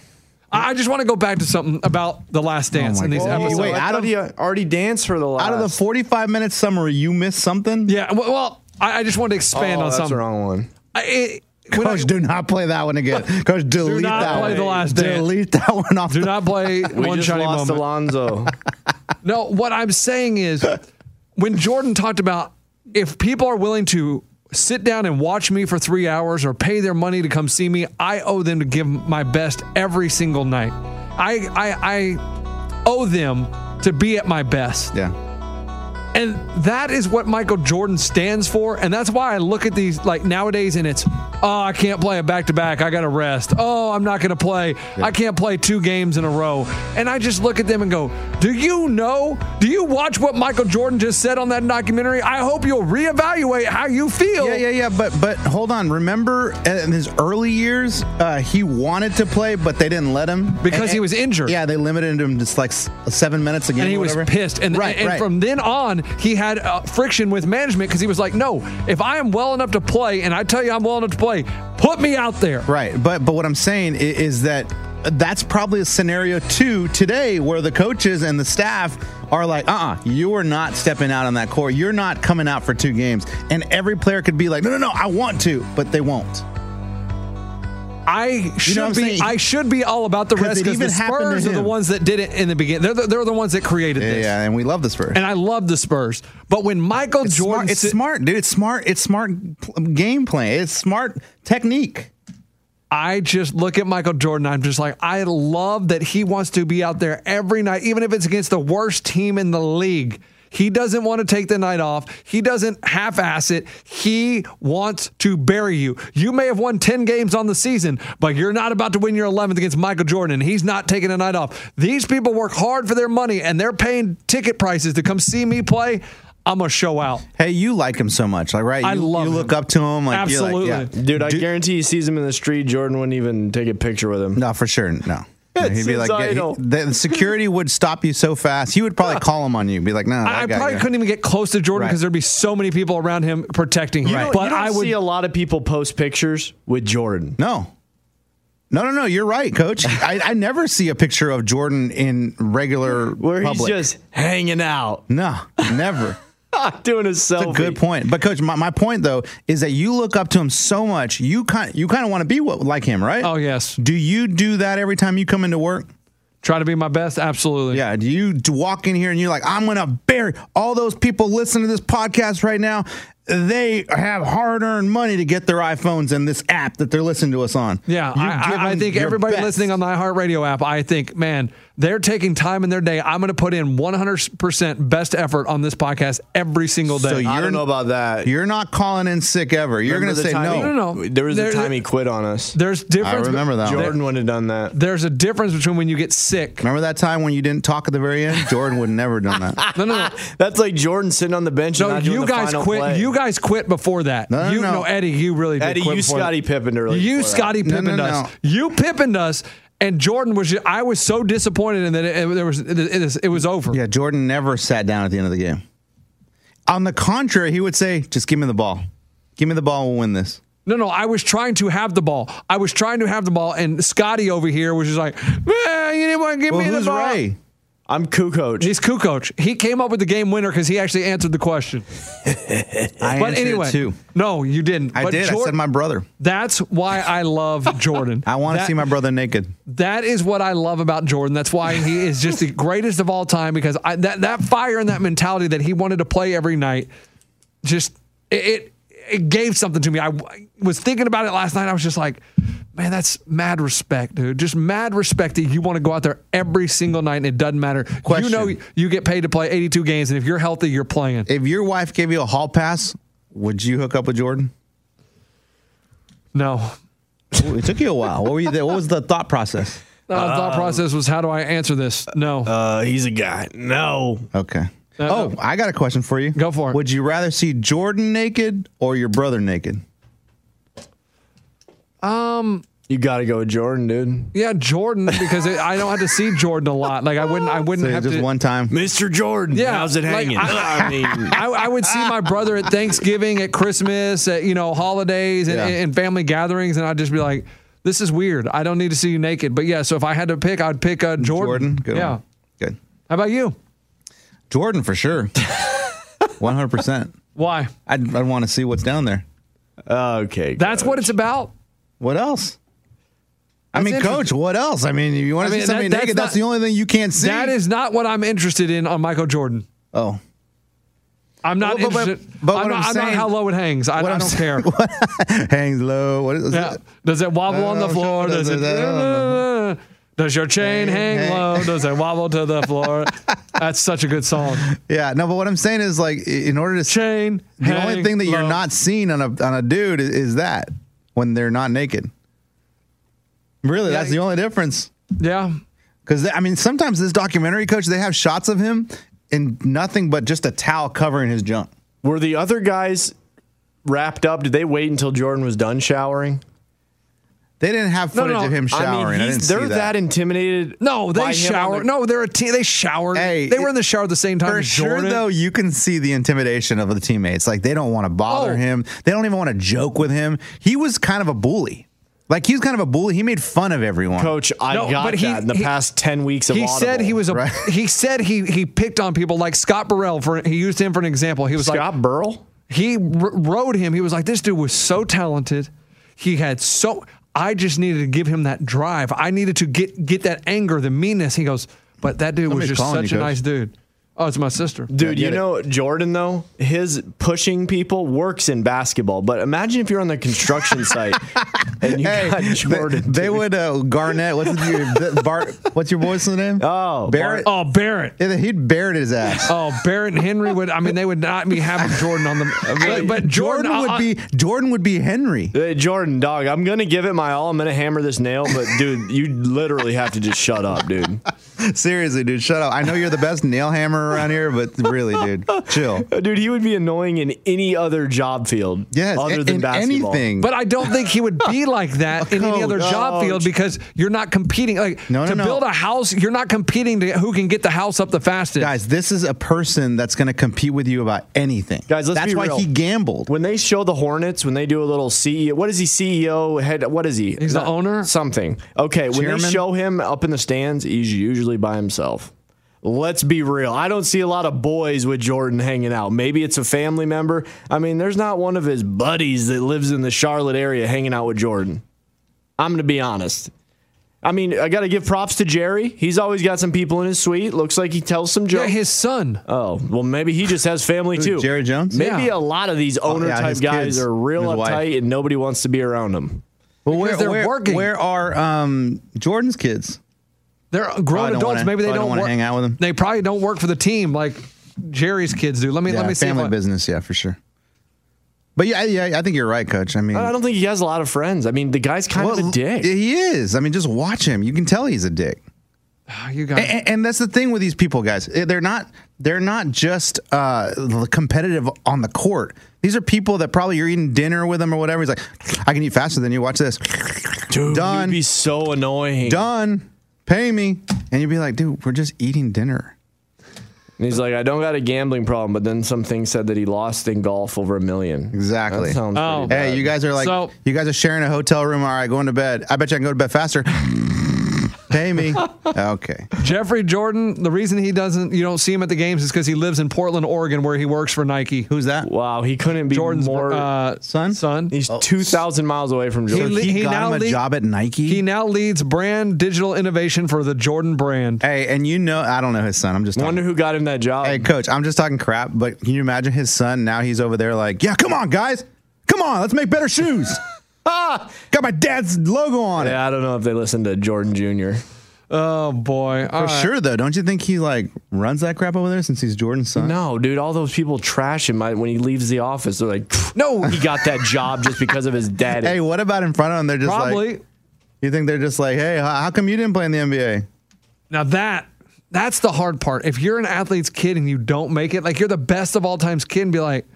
S1: I just want to go back to something about the Last
S3: Oh
S1: Dance
S2: my
S1: in these
S2: God.
S1: episodes.
S2: Wait,
S3: I
S2: out
S3: thought
S2: of-
S3: he already danced for the last.
S2: Out of the 45 minute summary, you missed something?
S1: Yeah, well, well I, I just wanted to expand on
S3: oh, that's
S1: something.
S3: the wrong one.
S1: I, it, when I-
S2: Coach, do not play that one again. Coach, delete
S1: not
S2: that
S1: play
S2: one.
S1: The Last Dance.
S2: delete that one off.
S1: do
S2: the-
S1: not play
S3: We
S1: one
S3: just
S1: shiny
S3: lost
S1: moment.
S3: Alonzo.
S1: No, what I'm saying is when Jordan talked about if people are willing to sit down and watch me for three hours or pay their money to come see me, I owe them to give my best every single night. I I, I owe them to be at my best.
S2: Yeah.
S1: And that is what Michael Jordan stands for. And that's why I look at these like nowadays and it's, oh, I can't play a back to back. I got to rest. Oh, I'm not going to play. I can't play two games in a row. And I just look at them and go, do you know? Do you watch what Michael Jordan just said on that documentary? I hope you'll reevaluate how you feel.
S2: Yeah, yeah, yeah. But but hold on. Remember in his early years, uh, he wanted to play, but they didn't let him
S1: Because
S2: And-
S1: he was injured.
S2: Yeah, they limited him to like s- seven minutes a game.
S1: and he
S2: or
S1: was
S2: whatever.
S1: pissed. And,
S2: right,
S1: and
S2: right.
S1: from then on, he had uh, friction with management because he was like, no, if I am well enough to play and I tell you I'm well enough to play, put me out there.
S2: Right, but but what I'm saying i- is, that that's probably a scenario two today where the coaches and the staff are like, uh-uh, you are not stepping out on that court. You're not coming out for two games. And every player could be like, no, no, no, I want to, but they won't.
S1: I should
S2: what I'm
S1: be.
S2: saying?
S1: I should be all about the
S2: Could
S1: rest
S2: it
S1: because the
S2: even happen to
S1: Spurs are the
S2: him?
S1: ones that did it in the beginning. They're the, they're the ones that created
S2: Yeah,
S1: this.
S2: yeah, and we love this verse.
S1: And I love the Spurs, but when Michael
S2: it's
S1: Jordan,
S2: smart, it's
S1: sit-
S2: smart, dude. It's smart. It's smart pl- game plan. It's smart technique.
S1: I just look at Michael Jordan. I'm just like, I love that he wants to be out there every night, even if it's against the worst team in the league. He doesn't want to take the night off. He doesn't half ass it. He wants to bury you. You may have won 10 games on the season, but you're not about to win your 11th against Michael Jordan. He's not taking a night off. These people work hard for their money and they're paying ticket prices to come see me play. I'm going to show out.
S2: Hey, you like him so much, like right?
S1: I
S2: you,
S1: love
S2: you. Look
S1: him.
S2: up to him, like you're like,
S1: Absolutely.
S2: yeah.
S3: Dude, I guarantee he sees him in the street. Jordan wouldn't even take a picture with him.
S2: No, for sure. No.
S3: It's
S2: he'd be
S3: his
S2: like, yeah, he-
S3: idol.
S2: the security would stop you so fast. He would probably call him on you, be like, no, that
S1: I, I
S2: guy-
S1: probably
S2: yeah.
S1: couldn't even get close to Jordan
S2: Right.
S1: because there'd be so many people around him protecting him.
S3: You don't,
S1: But
S3: you don't
S1: I would
S3: see a lot of people post pictures with Jordan.
S2: No. No, no, no. You're right, Coach. I, I never see a picture of Jordan in regular
S3: Where he's
S2: public.
S3: just hanging out,
S2: no, never.
S3: doing his selfie.
S2: That's a good point. But coach, my, my point though is that you look up to him so much, you kind you kind of want to be what, like him, right?
S1: Oh, yes.
S2: Do you do that every time you come into work?
S1: Try to be my best. Absolutely.
S2: Yeah. Do you d- walk in here and you're like, I'm gonna bury all those people listening to this podcast right now. They have hard earned money to get their iPhones and this app that they're listening to us on.
S1: Yeah,
S2: You
S1: I,
S2: give
S1: I, I
S2: them
S1: think
S2: your
S1: everybody
S2: best.
S1: listening on the iHeartRadio app, I think, man, they're taking time in their day. I'm going to put in 100% best effort on this podcast every single day.
S2: So
S3: I
S2: you're-
S3: don't know about that.
S2: You're not calling in sick ever. You're
S3: Remember
S2: gonna
S3: the
S2: say
S3: time he-
S2: no.
S1: No, no, no.
S3: There was
S1: There-
S3: a time he quit on us.
S1: there's
S2: I
S1: difference.
S2: remember that. one.
S3: Jordan would have done that.
S1: There's a difference between when you get sick.
S2: Remember that time when you didn't talk at the very end? Jordan would never have done that.
S1: No, no, no.
S3: That's like Jordan sitting on the bench. and
S1: So
S3: not doing
S1: you
S3: the
S1: guys
S3: final
S1: quit.
S3: play.
S1: You guys quit before that.
S2: No, no,
S1: you
S2: no.
S1: Eddie. You really did
S3: Eddie,
S1: quit
S3: you
S1: before
S3: Scottie
S1: that.
S3: Pippen early.
S1: You
S3: before that.
S1: Scotty
S2: No, no,
S1: Pippined us.
S2: no.
S1: You Pippined us, and Jordan was. ju- I was so disappointed in that it, it, there was it, it, it was over.
S2: Yeah, Jordan never sat down at the end of the game. On the contrary, he would say, just give me the ball. Give me the ball, we'll win this.
S1: No, no, I was trying to have the ball. I was trying to have the ball, and Scotty over here was just like, man, you didn't want to give
S2: Well,
S1: me the
S2: who's
S1: ball.
S2: Ray?
S3: I'm Ku coach.
S1: He's Kukoc. He came up with the game winner because he actually answered the question.
S2: I
S1: But
S2: answered it
S1: anyway,
S2: too.
S1: no, you didn't.
S2: I
S1: But
S2: did. I
S1: Jor-
S2: said my brother.
S1: That's why I love Jordan.
S2: I want to
S1: That-
S2: see my brother naked.
S1: That is what I love about Jordan. That's why he is just the greatest of all time because I, that that fire and that mentality that he wanted to play every night just it it, it gave something to me. I w- was thinking about it last night. I was just like, man, that's mad respect, dude. Just mad respect that you want to go out there every single night and it doesn't matter.
S2: Question.
S1: You know you get paid to play 82 games and if you're healthy, you're playing.
S2: If your wife gave you a hall pass, would you hook up with Jordan?
S1: No. Uh,
S2: Ooh, It took you a while. What were you? What was the thought process?
S1: The thought process was how do I answer this? No.
S3: uh, he's a guy. No,
S2: Okay. oh, I got a question for you.
S1: Uh, Go for it.
S2: Would you rather see Jordan naked or your brother naked?
S3: you got to go, with Jordan, dude.
S1: yeah, Jordan because it, I don't have to see Jordan a lot. Like I wouldn't I wouldn't
S2: So
S1: have
S2: just
S1: to
S2: one time.
S3: Mr. Jordan.
S1: Yeah,
S3: how's it
S1: like,
S3: hanging?
S1: I-
S3: I mean,
S1: I, I would see my brother at Thanksgiving, at Christmas, at you know holidays and,
S2: Yeah.
S1: and family gatherings, and I'd just be like, "This is weird. I don't need to see you naked." But yeah, so if I had to pick, I'd pick uh, Jordan.
S2: Jordan. Good
S1: yeah.
S2: one. Good.
S1: How about you?
S2: Jordan for sure. One hundred percent.
S1: Why?
S2: I'd, I'd want to see what's down there.
S3: okay,
S1: That's
S3: coach.
S1: what it's about.
S2: What else? I
S1: That's
S2: mean,
S1: interesting.
S2: coach, what else? I mean, if you want
S1: I
S2: to
S1: mean, that-
S2: see somebody
S1: that's
S2: naked,
S1: not-
S2: that's the only thing you can't see.
S1: That is not what I'm interested in on Michael Jordan.
S2: Oh.
S1: I'm not
S2: Well, but- but-
S1: interested.
S2: but
S1: I'm,
S2: what
S1: not,
S2: I'm
S1: I'm not
S2: saying-
S1: how low it hangs. I, I
S2: what
S1: don't
S2: I'm
S1: care.
S2: Hangs low. What is
S1: Yeah.
S2: it?
S1: Does it wobble on the
S2: Uh,
S1: floor? Does it?
S2: I don't know.
S1: Does your chain
S2: Hang-
S1: hang
S2: hang.
S1: low? Does it wobble to the floor? That's such a good song.
S2: Yeah. No, but what I'm saying is like i- in order to see
S1: Chain.
S2: the only
S1: hang
S2: thing that you're
S1: low.
S2: not seeing on a on a dude is, is that when they're not naked. Really, that's the only difference.
S1: Yeah.
S2: Because I mean, sometimes this documentary coach they have shots of him in nothing but just a towel covering his junk.
S3: Were the other guys wrapped up? Did they wait until Jordan was done showering?
S2: They didn't have
S1: No, no,
S2: footage
S1: no.
S2: of him showering. I,
S3: he's-
S2: didn't see
S3: they're
S2: that.
S3: intimidated.
S1: No,
S3: by
S1: they
S3: him on
S1: shower.
S3: the-
S1: no, they're a team. They showered.
S2: Hey,
S1: they were
S2: it-
S1: in the shower at the same time.
S2: For
S1: as
S2: sure,
S1: Jordan.
S2: though, you can see the intimidation of the teammates. Like they don't want to bother
S1: Oh.
S2: him. They don't even want to joke with him. He was kind of a bully. Like he was kind of a bully. He made fun of everyone.
S3: coach. I
S1: No,
S3: got
S1: but he-
S3: that in the
S1: he-
S3: past ten weeks of.
S1: He said he
S3: Audible.
S1: was a.
S2: right?
S1: He said he he picked on people like Scott Burrell for. He used him for an example. He was like
S3: Scott Burl.
S1: he r- rode him. He was like, this dude was so talented. He had so. I just needed to give him that drive. I needed to get get that anger, the meanness. He goes, but that dude
S2: Somebody's
S1: was just
S2: calling
S1: such
S2: you,
S1: a
S2: Coach.
S1: nice dude. Oh, it's my sister.
S3: Dude,
S2: Yeah,
S3: you
S2: get it.
S3: know Jordan though, his pushing people works in basketball. But imagine if you're on the construction site and you
S2: Hey,
S3: got
S2: they-
S3: Jordan.
S2: they,
S3: dude.
S2: would uh, Garnett. What's his name? Bart? What's your boy's name?
S3: Oh,
S2: Barrett.
S1: Oh, Barrett.
S2: Yeah, he'd Barrett his ass.
S1: Oh, Barrett and Henry would. I mean, they would not be having Jordan on the. But, but Jordan, uh,
S2: Jordan would
S1: I-
S2: be Jordan would be Henry.
S3: Hey, Jordan, dog, I'm gonna give it my all. I'm gonna hammer this nail, but dude, you literally have to just shut up, dude.
S2: Seriously, dude, shut up. I know you're the best nail hammer around here, but really, dude, chill.
S3: Dude, he would be annoying in any other job field.
S2: Yes,
S3: other
S2: in-
S3: than
S2: in
S3: basketball.
S2: anything.
S1: But I don't think he would be like that in any other
S2: coach.
S1: job field because you're not competing. Like
S2: Oh, No, no,
S1: to
S2: no.
S1: build a house, you're not competing to who can get the house up the fastest.
S2: Guys, this is a person that's going to compete with you about anything.
S3: Guys, let's
S2: that's
S3: be
S2: why
S3: real.
S2: he gambled.
S3: When they show the Hornets, when they do a little CEO, what is he CEO head? What is he?
S1: He's the
S3: Not-
S1: owner?
S3: Something. Okay, when they
S2: Chairman?
S3: show him up in the stands, he's usually by himself. Let's be real. I don't see a lot of boys with Jordan hanging out. Maybe it's a family member. I mean, there's not one of his buddies that lives in the Charlotte area hanging out with Jordan. I'm going to be honest. I mean, I got to give props to Jerry. He's always got some people in his suite. Looks like he tells some
S1: yeah,
S3: jokes.
S1: his son.
S3: Oh, well, maybe he just has family too.
S2: Jerry Jones?
S3: Maybe
S1: Yeah.
S3: a lot of these owner
S2: Oh, yeah,
S3: type
S2: his
S3: guys
S2: kids
S3: are real
S2: and his
S3: uptight
S2: wife.
S3: and nobody wants to be around them.
S2: Well, where,
S1: they're
S2: where,
S1: working.
S2: where are um, Jordan's kids?
S1: They're grown
S2: Probably don't
S1: adults.
S2: wanna-
S1: Maybe they
S2: probably
S1: don't,
S2: don't wanna
S1: work-
S2: hang out with him.
S1: They probably don't work for the team like Jerry's kids do. Let me let
S2: Yeah,
S1: me see. if
S2: family
S1: I-
S2: business, yeah, for sure. But yeah, yeah, I think you're right, Coach. I mean,
S3: I don't think he has a lot of friends. I mean, the guy's kind of
S2: Hmm. well,
S3: a dick.
S2: He is. I mean, just watch him. You can tell he's a dick.
S1: Oh, you got.
S2: A- a- And, that's the thing with these people, guys. Eh, They're not. They're not just uh, l- competitive on the court. These are people that probably you're eating dinner with them or whatever. He's like, I can eat faster than you. Watch this.
S3: Dude,
S2: done.
S3: You'd be so annoying.
S2: Done. Pay me. And you'd be like, dude, we're just eating dinner.
S3: And he's like, I don't got a gambling problem, but then something said that he lost in golf over a million.
S2: Exactly.
S3: That sounds
S1: Oh.
S3: pretty
S2: Hey,
S3: bad.
S2: you guys are like,
S1: So-
S2: you guys are sharing a hotel room. All right, going to bed. I bet you I can go to bed faster. Pay me. Okay.
S1: Jeffrey Jordan. The reason he doesn't, you don't see him at the games, is because he lives in Portland, Oregon, where he works for Nike. Who's
S2: Who's that?
S3: Wow, he couldn't be
S1: Jordan's
S3: more.
S1: uh,
S2: Son?
S1: Son.
S3: he's 2,000 miles away from Jordan.
S1: li-
S2: Oh. He,
S1: He
S2: got
S1: now
S2: him a
S1: lea-
S2: job at Nike.
S1: He now leads brand digital innovation for the Jordan brand.
S2: hey, and you know, I don't know his son. I'm just
S3: I
S2: talking
S3: wonder who got him that job.
S2: Hey, coach, I'm just talking crap, but can you imagine his son? Now he's over there like, yeah, come on, guys. Come on, let's make better shoes. ah, got my dad's logo on it.
S3: yeah, I don't know if they listened to Jordan Jr.
S1: Oh boy. All
S2: For
S1: right.
S2: sure, though. Don't you think he like runs that crap over there since he's Jordan's son?
S3: No, dude, all those people trash him I- when he leaves the office. They're like,
S1: No.
S3: he got that job just because of his daddy.
S2: Hey, what about in front of him? They're just
S1: Probably.
S2: like, you think they're just like, hey, how how come you didn't play in the NBA?
S1: Now that that's the hard part. If you're an athlete's kid and you don't make it, like you're the best of all time's kid, and be like,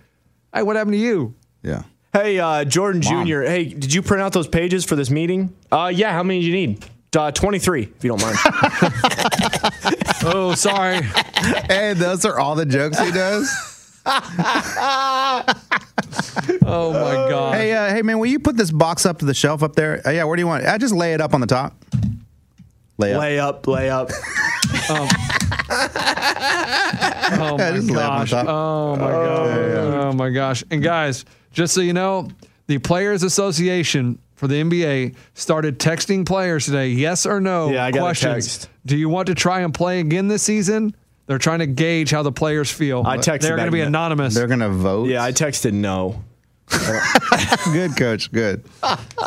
S1: "Hey, what happened to you?"
S2: Yeah.
S3: Hey, uh, Jordan Jr., hey, did you print out those pages for this meeting? Uh, yeah, how many do you need? Uh, 23, if you don't mind.
S1: Oh, sorry.
S2: Hey, those are all the jokes he does.
S1: oh my god.
S2: hey, uh, hey, man, will you put this box up to the shelf up there? Uh, yeah, where do you want it? I just lay it up on the top. Lay up.
S3: lay up, lay up.
S1: oh my
S2: just lay up on
S1: gosh.
S2: top.
S1: Oh my gosh. Oh my gosh. And guys, just so you know, the Players Association for the NBA started texting players today, yes or no
S3: Yeah, I got a
S1: questions.
S3: text.
S1: Do you want to try and play again this season? They're trying to gauge how the players feel.
S3: I texted
S1: They're going
S3: back
S1: to be
S3: that-
S1: anonymous.
S2: They're going to vote.
S3: Yeah, I texted no.
S2: Good, coach. Good.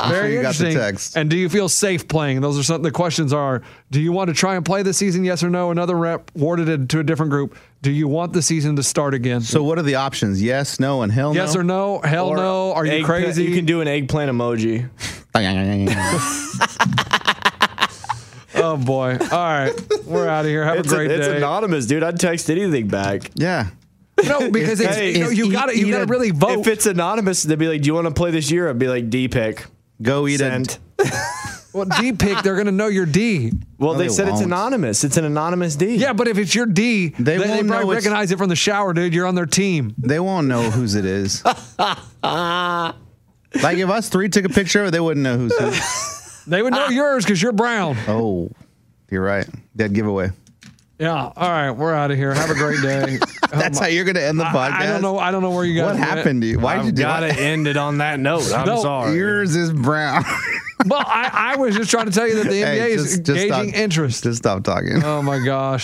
S1: Very
S2: you got the
S1: interesting.
S2: text.
S1: And do you feel safe playing? Those are some the questions are do you want to try and play this season, yes or no? Another rep awarded it to a different group. Do you want the season to start again?
S2: So what are the options? Yes, no, and hell
S1: yes or no? Hell
S3: Or
S1: no. Are you
S3: eggpla-
S1: crazy?
S3: You can do an eggplant emoji.
S2: no.
S1: oh boy. All right. We're out of here. Have
S3: It's,
S1: a
S3: a-
S1: great
S3: it's
S1: day.
S3: anonymous, dude. I'd text anything back.
S2: yeah.
S1: no, because it's,
S3: Hey,
S1: you, know,
S2: it's
S1: you
S2: eat-
S1: gotta you
S2: eat
S1: gotta
S2: a-
S1: really vote.
S3: If it's anonymous, they'd be like, do you want to play this year? I'd be like, D pick.
S2: Go eat
S3: Send.
S2: it.
S1: well, D pick, they're gonna know your D.
S3: Well,
S2: No,
S3: they,
S2: they
S3: said it's
S2: won't.
S3: anonymous. It's an anonymous D.
S1: Yeah, but if it's your D, they, they
S2: won't know
S1: probably
S2: it's-
S1: recognize it from the shower, dude. You're on their team.
S2: They won't know whose it is. like if us three took a picture, they wouldn't know who's who.
S1: They would
S2: Ah.
S1: know yours because you're brown.
S2: Oh, you're right. Dead giveaway.
S1: Um, Yeah. All right. We're out of here. Have a great day.
S2: That's how you're going to end the podcast.
S1: I, I don't know. I don't know where you guys.
S2: What
S1: went.
S2: happened to you? Why did you
S3: I've
S2: do
S3: got to
S2: that?
S3: end it on that note. I'm
S1: No,
S3: sorry.
S2: Yours is brown.
S1: Well, I, I was just trying to tell you that the NBA
S2: Hey,
S1: is gauging
S2: stop-
S1: interest.
S2: Just stop talking.
S1: oh my gosh.